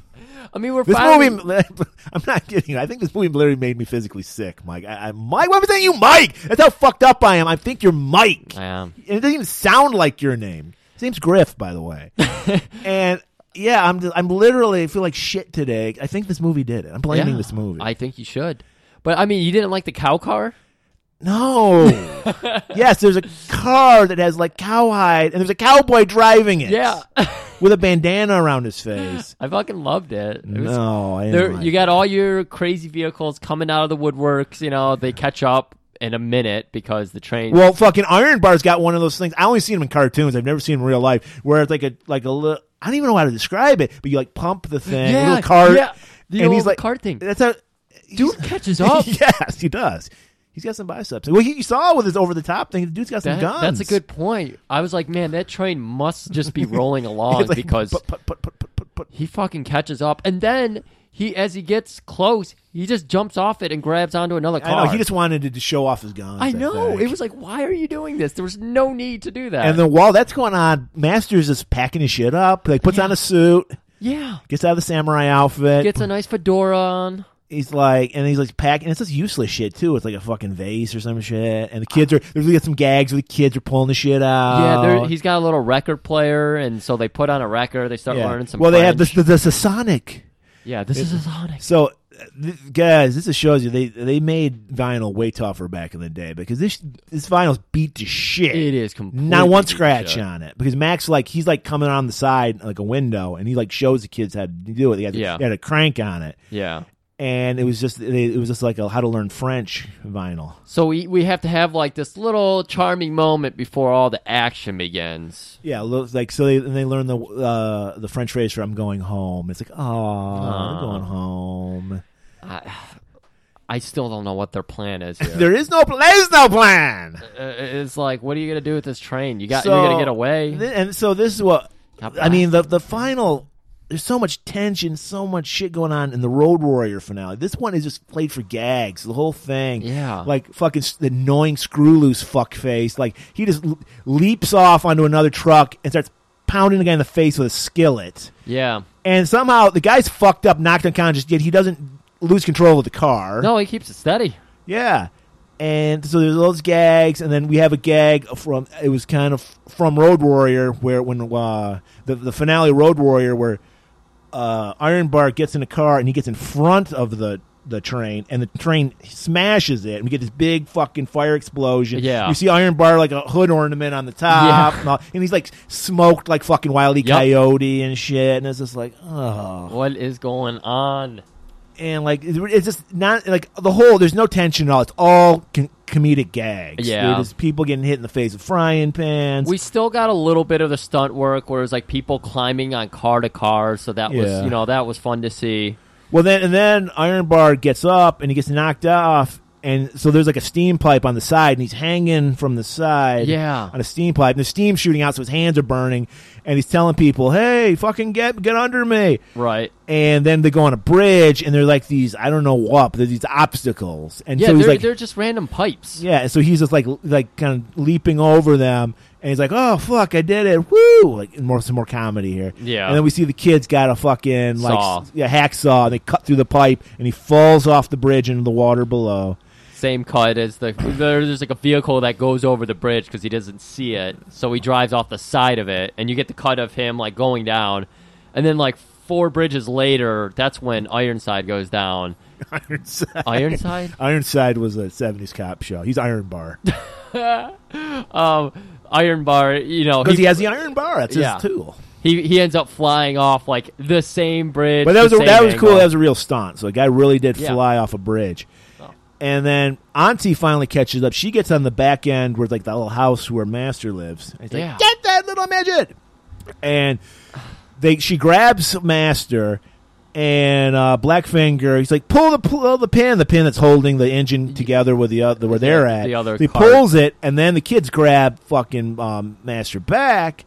I mean, we're
this
finally.
movie, I'm not kidding. you. I think this movie literally made me physically sick, Mike. I, I, Mike, why am I saying you, Mike? That's how fucked up I am. I think you're Mike.
I am.
And it doesn't even sound like your name. His name's Griff, by the way. and yeah, I'm I'm literally I feel like shit today. I think this movie did it. I'm blaming
Yeah,
this movie.
I think you should. But I mean, you didn't like the cow car?
no. yes, there's a car that has like cowhide, and there's a cowboy driving it.
Yeah.
with a bandana around his face.
I fucking loved it. It was-
No, I didn't
there,
like
you got all your crazy vehicles coming out of the woodworks. You know, they catch up in a minute because the train.
Well, fucking Iron Bar's got one of those things. I only seen him in cartoons. I've never seen him in real life. Where it's like a like a little. I don't even know how to describe it, but you like pump the thing,
Yeah,
little cart,
yeah. The
and he's
old
like
cart thing.
That's how
dude catches up.
yes, he does. He's got some biceps. Well, he, you saw with his over the top thing. The dude's got some
That-
guns.
that's a good point. I was like, man, that train must just be rolling along
It's like,
because
put, put, put, put, put, put, put.
he fucking catches up, and then he, as he gets close, he just jumps off it and grabs onto another car.
I know he just wanted to, to show off his guns.
I know.
think.
It was like, why are you doing this? There was no need to do that.
And then while that's going on, Masters is packing his shit up. Like puts on a suit,
yeah,
gets out of the samurai outfit.
gets a nice fedora on.
he's like, and he's like packing. And it's this useless shit too. It's like a fucking vase or some shit. And the kids are there's got some gags where the kids are pulling the shit out.
Uh, Yeah, they're- he's got a little record player, and so they put on a record. They start
Yeah.
learning some.
Well, they have
French.
this the, the Sasonic.
Yeah, this is a Sonic.
So, uh, th- guys, this just shows you they they made vinyl way tougher back in the day because this this vinyl's beat to shit.
It is completely
not one
beat to
scratch
shit.
on it because Max like he's like coming on the side like a window and he like shows the kids how to do it. They had,
Yeah.
they had a crank on it,
Yeah.
and it was just they, it was just like a how to learn French vinyl.
So we we have to have like this little charming moment before all the action begins.
Yeah, lo- like so they and they learn the uh, the French phrase for "I'm going home." It's like, oh,
Uh-huh.
I'm going home.
I still don't know what their plan is here.
There is no pl- there's no plan.
Uh, it's like, what are you gonna do with this train? You got you're gonna get away.
Th- and so this is what
Got
I mean. The the final. There's so much tension, so much shit going on in the Road Warrior finale. This one is just played for gags, the whole thing.
Yeah.
like fucking s- the annoying screw loose fuck face. Like he just l- leaps off onto another truck and starts pounding the guy in the face with a skillet.
yeah.
And somehow the guy's fucked up, knocked unconscious, yet he doesn't lose control of the car.
No, he keeps it steady.
Yeah. And so there's all those gags, and then we have a gag from it was kind of from Road Warrior, where when uh, the the finale of Road Warrior, where uh, Iron Bar gets in a car and he gets in front of the the train, and the train smashes it, and we get this big fucking fire explosion.
Yeah.
you see Iron Bar like a hood ornament on the top,
Yeah.
and, all- and he's like smoked like fucking Wily E.
Yep.
Coyote and shit, and it's just like, oh
What is going on?
and like it- it's just not like the whole. There's no tension at all. It's all com- comedic gags.
Yeah.
Dude, It's people getting hit in the face with frying pans.
We still got a little bit of the stunt work where it was like people climbing on car to car, so that was
Yeah.
you know that was fun to see.
well, then and then Iron Bar gets up and he gets knocked off, and so there's like a steam pipe on the side, and he's hanging from the side.
Yeah.
on a steam pipe. And there's steam shooting out, so his hands are burning, and he's telling people, "Hey, fucking get get under me!"
Right.
And then they go on a bridge, and they're like these I don't know what, but they're these obstacles, and
Yeah,
so he's
they're,
like,
they're just random pipes.
yeah, so he's just like like kind of leaping over them, and he's like, "Oh fuck, I did it! Woo!" Like and more some more comedy here.
Yeah.
and then we see the kids got a fucking like
Saw.
s- yeah, hacksaw, and they cut through the pipe, and he falls off the bridge into the water below.
Same cut as the there- there's like a vehicle that goes over the bridge because he doesn't see it, so he drives off the side of it, and you get the cut of him like going down, and then like four bridges later, that's when Ironside goes down.
Ironside.
Ironside.
Ironside was a '70s cop show. He's Iron Bar
um, Iron Bar, you know,
because he, has the Iron Bar. That's
Yeah.
his tool.
he he ends up flying off like the same bridge.
But that was
the
a,
same
that was cool.
angle.
That was a real stunt. So the guy really did
Yeah. Oh.
fly off a bridge. And then Auntie finally catches up. She gets on the back end where like the little house where Master lives. And she's
Yeah.
like, Get that little midget! And they she grabs Master and uh, Blackfinger. He's like, pull the pull the pin, the pin that's holding the engine together with the other where they're at.
the other
he
cart.
pulls it, and then the kids grab fucking um, Master back.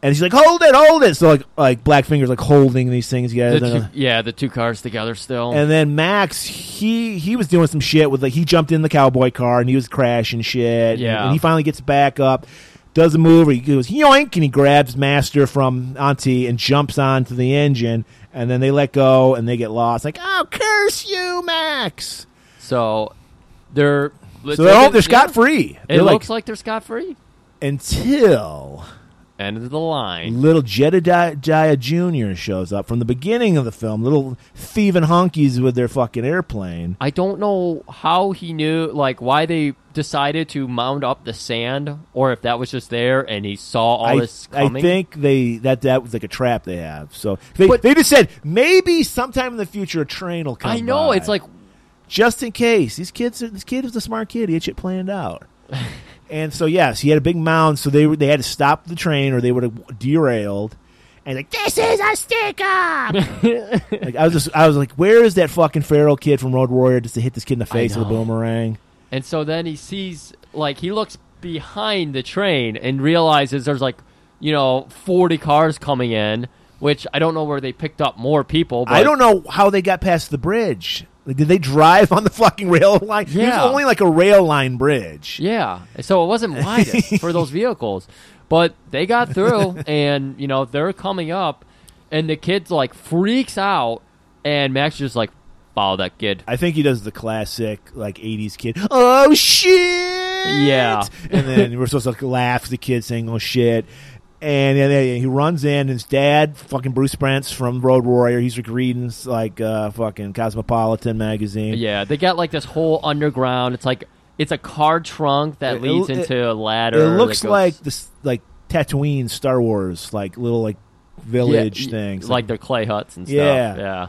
And she's like, "Hold it, hold it!" So like, like Blackfinger's like holding these things together.
The two- yeah, the two cars together still.
And then Max, he he was doing some shit with like he jumped in the cowboy car and he was crashing shit. And-
Yeah.
and he finally gets back up, does a move, or he goes yoink, and he grabs Master from Auntie and jumps onto the engine, and then they let go and they get lost. Like, oh, curse you, Max!
so they're
So they're, all- they're scot free.
It looks like they're scot free.
until
End of the line.
little Jedediah Junior shows up from the beginning of the film. Little thieving honkies with their fucking airplane.
I don't know how he knew, like, why they decided to mound up the sand, or if that was just there and he saw all
I,
this
I
coming.
think they that that was like a trap they have. So they,
But-
they just said maybe sometime in the future a train will come.
I know
by.
it's like
just in case these kids. Are, this kid is a smart kid. He had shit planned out. and so yes, he had a big mound. So they were, they had to stop the train or they would have derailed. And like this is a stick up. like I was just I was like, where is that fucking feral kid from Road Warrior just to hit this kid in the face with a
know.
boomerang?
And so then he sees, like, he looks behind the train and realizes there's, like, you know, 40 cars coming in, which I don't know where they picked up more people. But
I don't know how they got past the bridge. Like, did they drive on the fucking rail line? It was
Yeah.
only like a rail line bridge.
Yeah. So it wasn't wide for those vehicles. But they got through, and, you know, they're coming up, and the kid's, like, freaks out, and Max is just, like, follow that kid.
I think he does the classic like '80s kid. Oh shit!
Yeah.
and then we're supposed to like, laugh at the kid saying "oh shit," and then he runs in. And his dad, fucking Bruce Brents from Road Warrior, he's like reading like uh, fucking Cosmopolitan magazine.
Yeah. They got, like, this whole underground. It's like, it's a car trunk that
It-
leads
it-
into a ladder.
It
that
looks
goes-
like this like Tatooine Star Wars like little like village
y-
thing.
like their clay huts and stuff.
Yeah.
Yeah,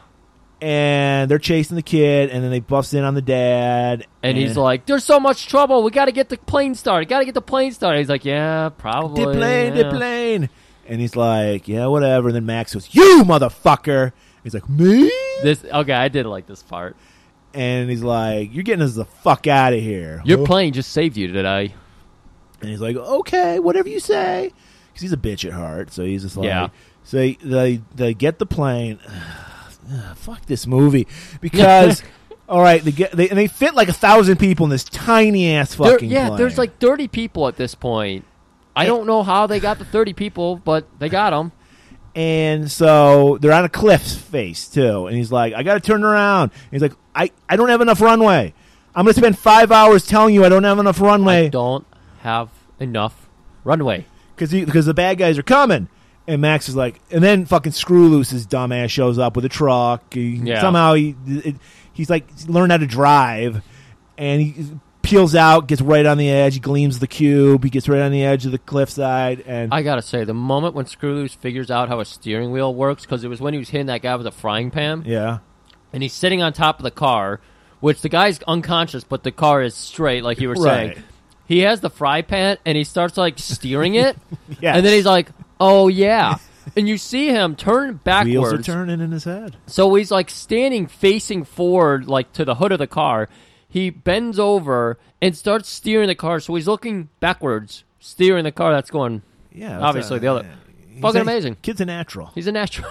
and they're chasing the kid, and then they bust in on the dad,
And he's like, "There's so much trouble. We got to get the plane started. Got to get the plane started." He's like, "Yeah, probably."
"The plane, the
yeah."
plane," and he's like, "Yeah, whatever." And then Max goes, "You motherfucker!" He's like, "Me?"
This okay. I did like this part.
And he's like, "You're getting us the fuck out of here."
Your plane just saved you today.
And he's like, "Okay, whatever you say," because he's a bitch at heart. So he's just like,
Yeah.
"So they they, they get the plane." fuck this movie because. All right, they get they, and they fit like a thousand people in this tiny ass
There-
fucking.
yeah,
plane.
there's like 30 people at this point. I don't know how they got the 30 people, but they got them.
And so they're on a cliff's face too. And he's like, I got to turn around. And he's like, I, I don't have enough runway. I'm going to spend five hours telling you I don't have enough
I
runway
don't have enough runway.
because because the bad guys are coming. And Max is like, and then fucking Screw Loose's dumbass shows up with a truck. He-
Yeah.
Somehow he it, he's like learned how to drive, and he peels out, gets right on the edge, he gleams the cube, he gets right on the edge of the cliffside, and
I gotta say, the moment when Screwloose figures out how a steering wheel works, because it was when he was hitting that guy with a frying pan.
yeah,
and he's sitting on top of the car, which the guy's unconscious, but the car is straight, like you were saying.
Right.
He has the fry pan and he starts like steering it,
Yes.
and then he's like, "Oh yeah," and you see him turn
wheels are
backwards.
turning in his head.
So he's like standing facing forward, like to the hood of the car. He bends over and starts steering the car, so he's looking backwards, steering the car that's going.
Yeah, that's
obviously
a-
the other. Fucking amazing.
Kid's a natural.
He's a natural.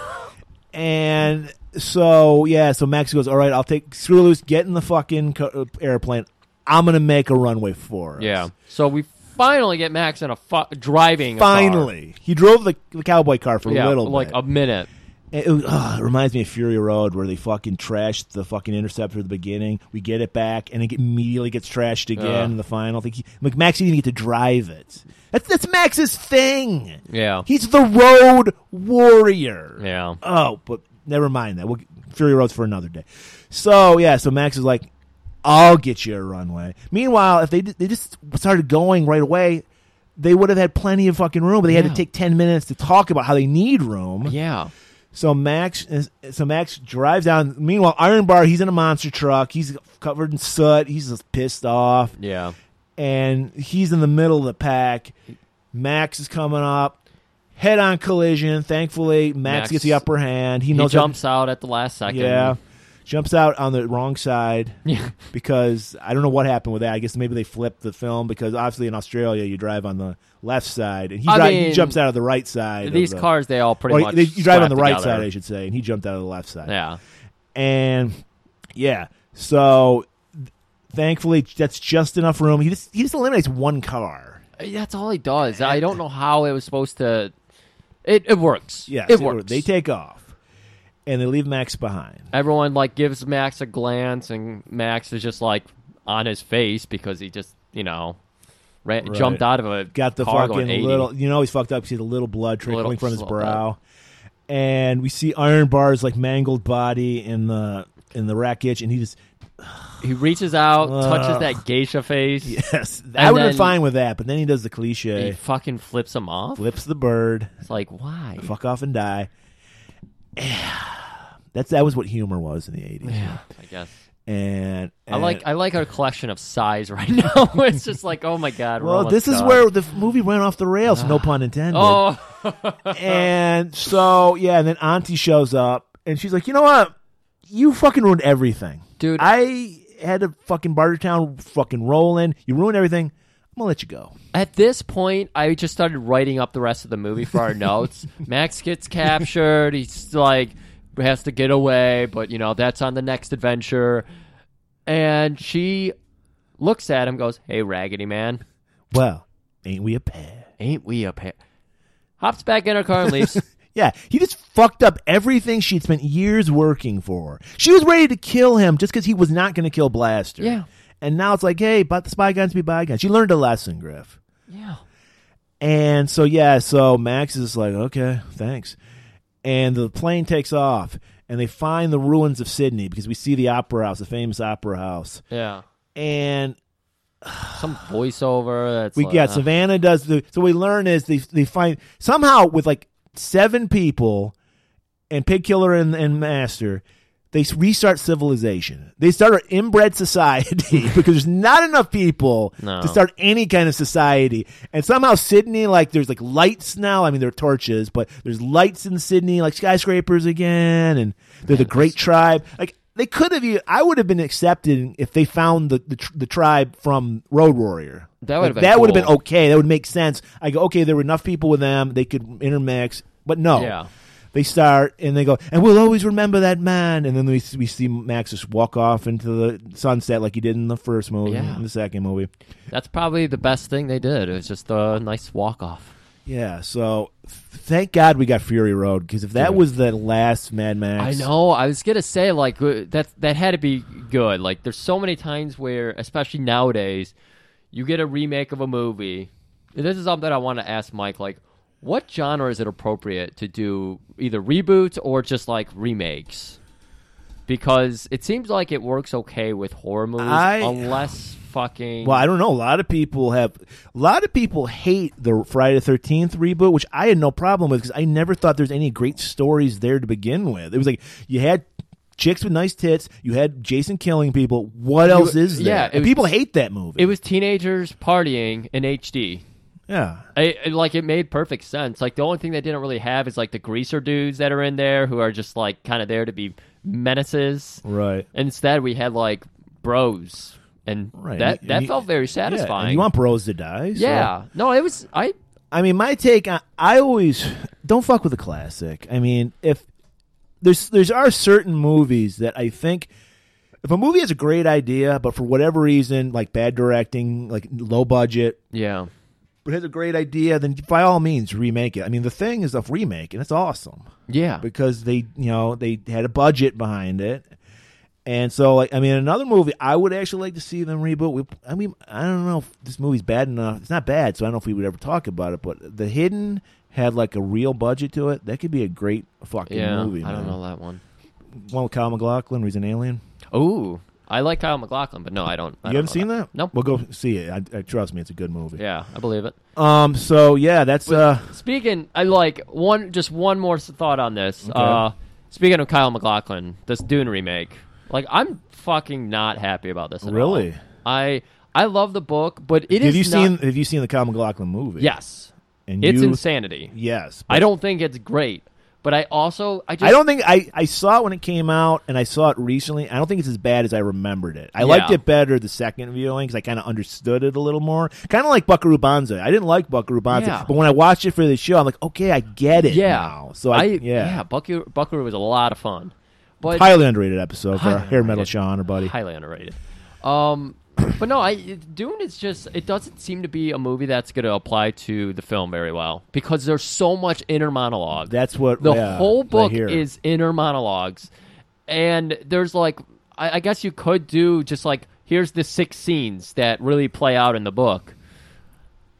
And so yeah, so Max goes, "All right, I'll take screw loose, get in the fucking co- uh, airplane. I'm gonna make a runway for us."
yeah. So we finally get Max in a fu- driving. a car.
Finally, he drove the, the cowboy car for
yeah,
a little
like
bit.
a minute.
It, it was- ugh, it reminds me of Fury Road, where they fucking trashed the fucking interceptor at the beginning. We get it back, and it immediately gets trashed again
Ugh.
in the final. Think he, like Max didn't even get to drive it. That's that's Max's thing.
Yeah.
he's the road warrior.
Yeah.
Oh, but never mind that. We'll Fury Road's for another day. So yeah, so Max is like, "I'll get you a runway." Meanwhile, if they d- they just started going right away, they would have had plenty of fucking room. But they had
Yeah.
to take ten minutes to talk about how they need room.
Yeah.
So Max, is, so Max drives down. Meanwhile, Iron Bar, he's in a monster truck. He's covered in soot. He's just pissed off,
Yeah.
and he's in the middle of the pack. Max is coming up, head on collision. Thankfully, Max,
Max-
gets the upper hand. He
He
knows
jumps out at the last
How,
second.
yeah, jumps out on the wrong side
Yeah.
because I don't know what happened with that. I guess maybe they flipped the film because obviously in Australia you drive on the left side, and he,
I
dri- he
mean,
jumps out of the right side. of
These
the-
cars, they all pretty
or
much.
they- you drive on
slap
the right
together.
side, I should say, and he jumped out of the left side.
Yeah.
And yeah, so th- thankfully that's just enough room. He just he just eliminates one car.
That's all he does. I don't know how it was supposed to. It, it works.
Yeah,
it
so
works.
They take off, and they leave Max behind.
Everyone like gives Max a glance, and Max is just like on his face because he just you know ran,
Right.
jumped out of a
Got the
car going
fucking
80.
little, you know, he's fucked up. You see the little blood trickling
Little
from his
slow-
brow, and we see Iron Bar's like mangled body in the in the wreckage, and he just
He reaches out, touches
Ugh.
that geisha face.
yes, I would have
then-
been fine with that, but then he does the
He
cliche,
fucking flips him off.
flips the bird,
It's like why?
fuck off and die. That's that was what humor was in the eighties.
I guess.
And,
I like
and-
I like our collection of sighs right now. it's just like, oh my god. we're
well,
almost
this is
done.
where the movie went off the rails. no pun intended.
Oh,
And so yeah, and then Auntie shows up, and she's like, "You know what? You fucking ruined everything,
Dude.
I had a fucking Bartertown fucking rolling. You ruined everything. I'm gonna let you go."
at this point, I just started writing up the rest of the movie for our notes. Max gets captured. He's like has to get away, but you know that's on the next adventure. And she looks at him, goes, "Hey, Raggedy Man,
Well, ain't we a pair?
ain't we a pair?" Hops back in her car and leaves.
Yeah, he just fucked up everything she'd spent years working for. She was ready to kill him just because he was not going to kill Blaster.
Yeah.
And now it's like, hey, but the bygones be bygones. She learned a lesson, Griff.
yeah,
And so, yeah, so Max is like, okay, thanks. And the plane takes off, and they find the ruins of Sydney because we see the opera house, the famous opera house.
yeah.
And
Some voiceover. That's
we
like,
got
uh,
Savannah does the so we learn is they they find somehow with like seven people and Pig Killer and, and Master they s- restart civilization. They start an inbred society because there's not enough people
No.
to start any kind of society. And somehow Sydney, like there's like lights now. I mean, there are torches, but there's lights in Sydney, like skyscrapers again, and they're the Great Tribe. Like they could have, e- I would have been accepted if they found the the, tr- the tribe from Road Warrior.
That would've
Like,
been
that would have
cool.
been okay. That would make sense. I go, okay, there were enough people with them; they could intermix. But no,
Yeah.
they start and they go, and we'll always remember that man. And then we we see Max just walk off into the sunset like he did in the first movie,
Yeah.
in the second movie.
That's probably the best thing they did. It was just a nice walk off.
Yeah. So f- thank God we got Fury Road because if that was the last Mad
I
Max,
know. I was gonna say like uh, that. That had to be good. Like there's so many times where, especially nowadays, you get a remake of a movie. And this is something I want to ask Mike. Like, what genre is it appropriate to do either reboots or just like remakes? Because it seems like it works okay with horror movies,
I-
unless fucking.
Well, I don't know. A lot of people have. A lot of people hate the Friday the Thirteenth reboot, which I had no problem with because I never thought there's any great stories there to begin with. It was like you had chicks with nice tits, you had Jason killing people. What else is there?
yeah, it
and
was-
people hate that movie.
it was teenagers partying in HD.
yeah.
I, I- like it made perfect sense. Like the only thing they didn't really have is like the greaser dudes that are in there who are just like kind of there to be menaces.
Right.
Instead, we had like bros, and
Right.
that
And
that
you-
felt very
Yeah, and
satisfying.
you want bros to die? so-
Yeah. No, it was I
I mean, my take. I, I always don't fuck with a classic. I mean, if there's there's are certain movies that I think if a movie has a great idea, but for whatever reason, like bad directing, like low budget,
Yeah.
but has a great idea, then by all means remake it. I mean, the thing is a remake, and it's awesome
Yeah.
because they you know they had a budget behind it and so like i mean another movie i would actually like to see them reboot we, i mean i don't know if this movie's bad enough it's not bad so i don't know if we would ever talk about it but the hidden had like a real budget to it that could be a great fucking
yeah.
movie
I don't
man.
know that one.
one with kyle mclaughlin where he's an alien
Ooh. I like Kyle McLaughlin, but no, I don't. I
you
don't
haven't
know
seen that,
Nope.
well go see it I, I trust me it's a good movie
Yeah, I believe it.
um so yeah that's uh
Speaking, I like one. Just one more s- thought on this. Uh, speaking of Kyle McLaughlin, this Dune remake. Like, I'm fucking not happy about this. At all.
Really?
I I love the book, but it is.
have you
not-
seen have you seen the kyle mclaughlin movie
Yes,
and
it's
you,
insanity.
yes
I don't think it's great, but I also I just
I don't think I, I saw it when it came out, and I saw it recently. I don't think it's as bad as I remembered it. I liked
Yeah.
it better the second viewing because I kind of understood it a little more. Kind of like Buckaroo Banzai. I didn't like Buckaroo Banzai,
Yeah.
but when I watched it for the show, I'm like, okay, I get it.
Yeah.
now. so I, yeah,
Buckaroo, Buckaroo was a lot of fun, but
highly underrated episode for
Highly
our hair metal
underrated.
Sean or buddy.
highly underrated. Um, but no, I it- Dune is just it doesn't seem to be a movie that's going to apply to the film very well because there's so much inner monologue.
That's what
the
yeah,
whole
right
book
here.
is inner monologues, and there's like I, I guess you could do just like here's the six scenes that really play out in the book.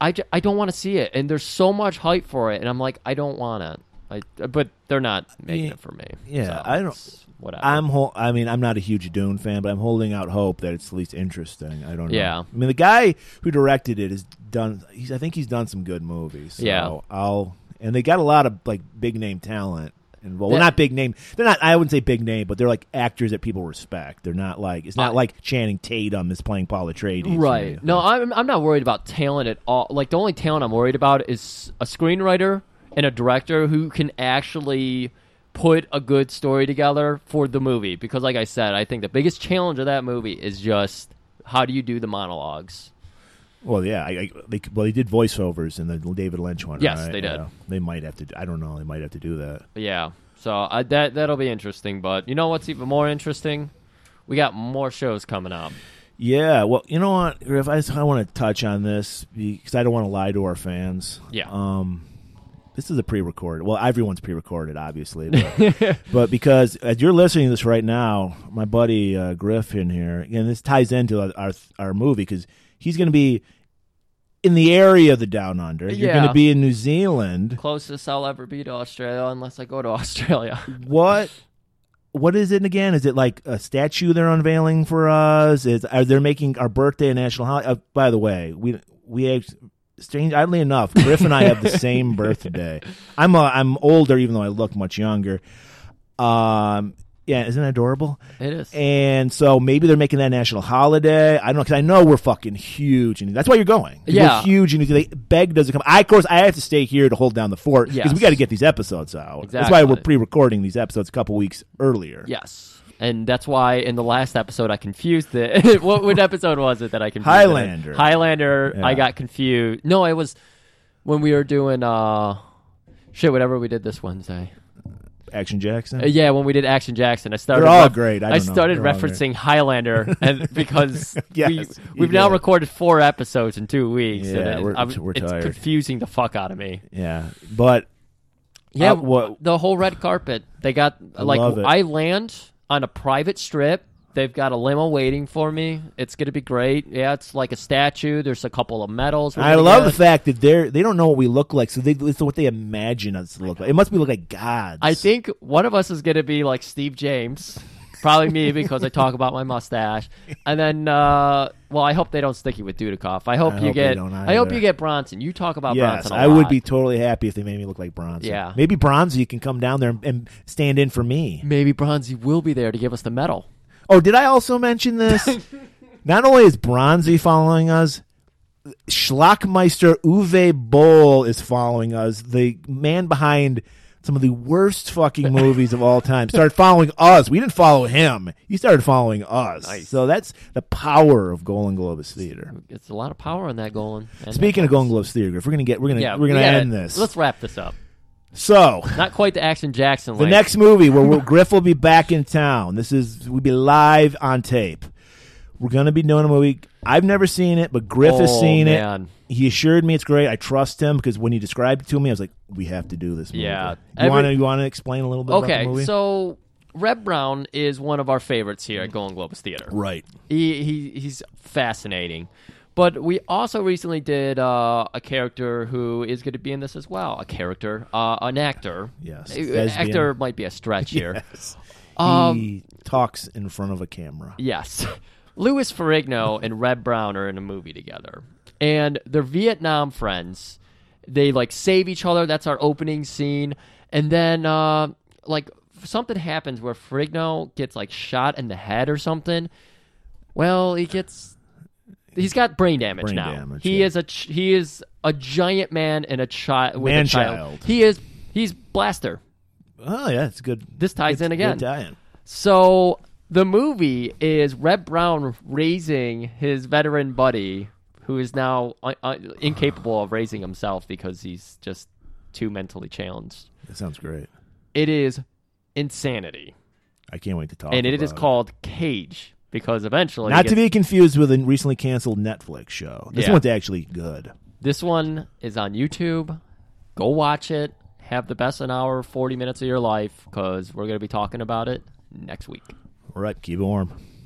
I, ju- I don't want to see it, and there's so much hype for it, and I'm like I don't want it. I, but they're not making
Yeah,
it for me.
yeah,
so
I don't-
it's Whatever.
I'm hol- I mean, I'm not a huge Dune fan, but I'm holding out hope that it's at least interesting. I don't know.
Yeah.
I mean, the guy who directed it has done. He's, I think he's done some good movies. So
Yeah.
I'll and they got a lot of like big name talent involved. Well,
That-
not big name. They're not. I wouldn't say big name, but they're like actors that people respect. They're not like it's not
I-
like Channing Tatum is playing Paul Atreides. or
Right.
anything.
No, I'm, I'm not worried about talent at all. Like, the only talent I'm worried about is a screenwriter and a director who can actually put a good story together for the movie. Because, like I said, I think the biggest challenge of that movie is just how do you do the monologues?
Well, yeah. I, I, they, well, they did voiceovers in the David Lynch one.
Yes,
right?
they did.
Yeah. They might have to. I don't know. They might have to do that.
But yeah. So I, that, that'll be interesting. But you know what's even more interesting? We got more shows coming up.
Yeah, well, you know what, Griff, I, just- I want to touch on this because I don't want to lie to our fans.
Yeah.
Um, this is a pre-recorded. Well, everyone's pre-recorded, obviously, but, but because as you're listening to this right now, my buddy uh, Griff in here, and this ties into our our, our movie because he's going to be in the area of the Down Under. You're
Yeah.
going to be in New Zealand.
Closest I'll ever be to Australia unless I go to Australia.
What? What is it again? Is it like a statue they're unveiling for us? Is are they making our birthday a national holiday? Uh, by the way, we we act- strange. Oddly enough, Griff and I have the same birthday. I'm a, I'm older, even though I look much younger. Um, yeah, isn't that adorable?
It is.
And so maybe they're making that a national holiday. I don't know because I know we're fucking huge, and that's why you're going. We're
Yeah.
huge, and they begged us to come. I, of course, I have to stay here to hold down the fort because
Yes.
we got to get these episodes out. That's why we're
Exactly.
pre-recording these episodes a couple weeks earlier.
Yes. And that's why in the last episode I confused it. what what episode was it that I confused? it?
Highlander.
Highlander.
Yeah.
I got confused. No, it was when we were doing uh shit whatever we did this Wednesday.
Action Jackson.
Uh, yeah, when we did Action Jackson, I started
They're all great. I don't know.
started
They're all great.
referencing Highlander and because
Yes,
we
you
we've now
did.
recorded 4 episodes in 2 weeks and
Yeah,
it-
we're-
I'm-
we're
it's
tired.
confusing the fuck out of me.
Yeah, but
Yeah,
Uh, what-
the whole red carpet. They got like
love it.
I land on a private strip. They've got a limo waiting for me. It's gonna be great. Yeah, it's like a statue. There's a couple of medals. we're
I
gonna
love
get.
the fact that they're they don't know what we look like, so they it's what they imagine us to look like. It must be look like gods.
I think one of us is gonna be like Steve James, probably me because I talk about my mustache. And then, uh, well, I hope they don't stick you with Dudikoff. I hope
I
you
hope they
get.
don't
I hope
either.
you get Bronson. You talk about
Yes,
Bronson. a
I would
lot.
be totally happy if they made me look like Bronson.
Yeah.
maybe Bronson, you can come down there and, and stand in for me.
Maybe Bronzy will be there to give us the medal.
Oh, did I also mention this? Not only is Bronzy following us, Schlockmeister Uwe Boll is following us, the man behind some of the worst fucking movies of all time. Started following us. We didn't follow him. He started following us. So that's the power of Golden Globus Theater.
It's a lot of power on that Golan. And-
Speaking of Golden Globes Theater, Griff, we're gonna get we're gonna
yeah,
we're gonna
we gotta-
end this.
Let's wrap this up.
so
Not quite the Action Jackson.
the
length.
next movie where we'll, Griff will be back in town. This is we'll be live on tape. We're gonna be doing a movie. I've never seen it, but Griff has
Oh,
seen
man.
it. He assured me it's great. I trust him because when he described it to me, I was like, "We have to do this." Movie.
Yeah.
you
Every-
want to you want to explain a little bit? about
Okay,
the movie?
so Reb Brown is one of our favorites here at Golden Globus Theater.
right,
He, he he's fascinating. But we also recently did uh, a character who is going to be in this as well. A character, uh, an actor.
Yes,
Uh,
lesbian.
actor might be a stretch here. um,
he talks in front of a camera.
Yes. Louis Ferrigno and Red Brown are in a movie together. And they're Vietnam friends. They like save each other. That's our opening scene. And then uh like something happens where Ferrigno gets like shot in the head or something. Well, he gets he's got brain damage
Brain
now.
damage,
he
yeah.
is a ch- he is a giant man and a child with a
Man-child.
child. He is he's blaster.
Oh yeah, it's good.
This ties
good-
in again.
Good tie-in.
So the movie is Reb Brown raising his veteran buddy, who is now uh, uh, incapable of raising himself because he's just too mentally challenged.
That sounds great.
It is insanity,
I can't wait to talk.
and it
about
is called Cage because eventually
Oh, Not
he
to
gets-
be confused with a recently canceled Netflix show. This
Yeah.
one's actually good.
This one is on YouTube. Go watch it. Have the best an hour, forty minutes of your life, because we're going to be talking about it next week.
All right, keep it warm.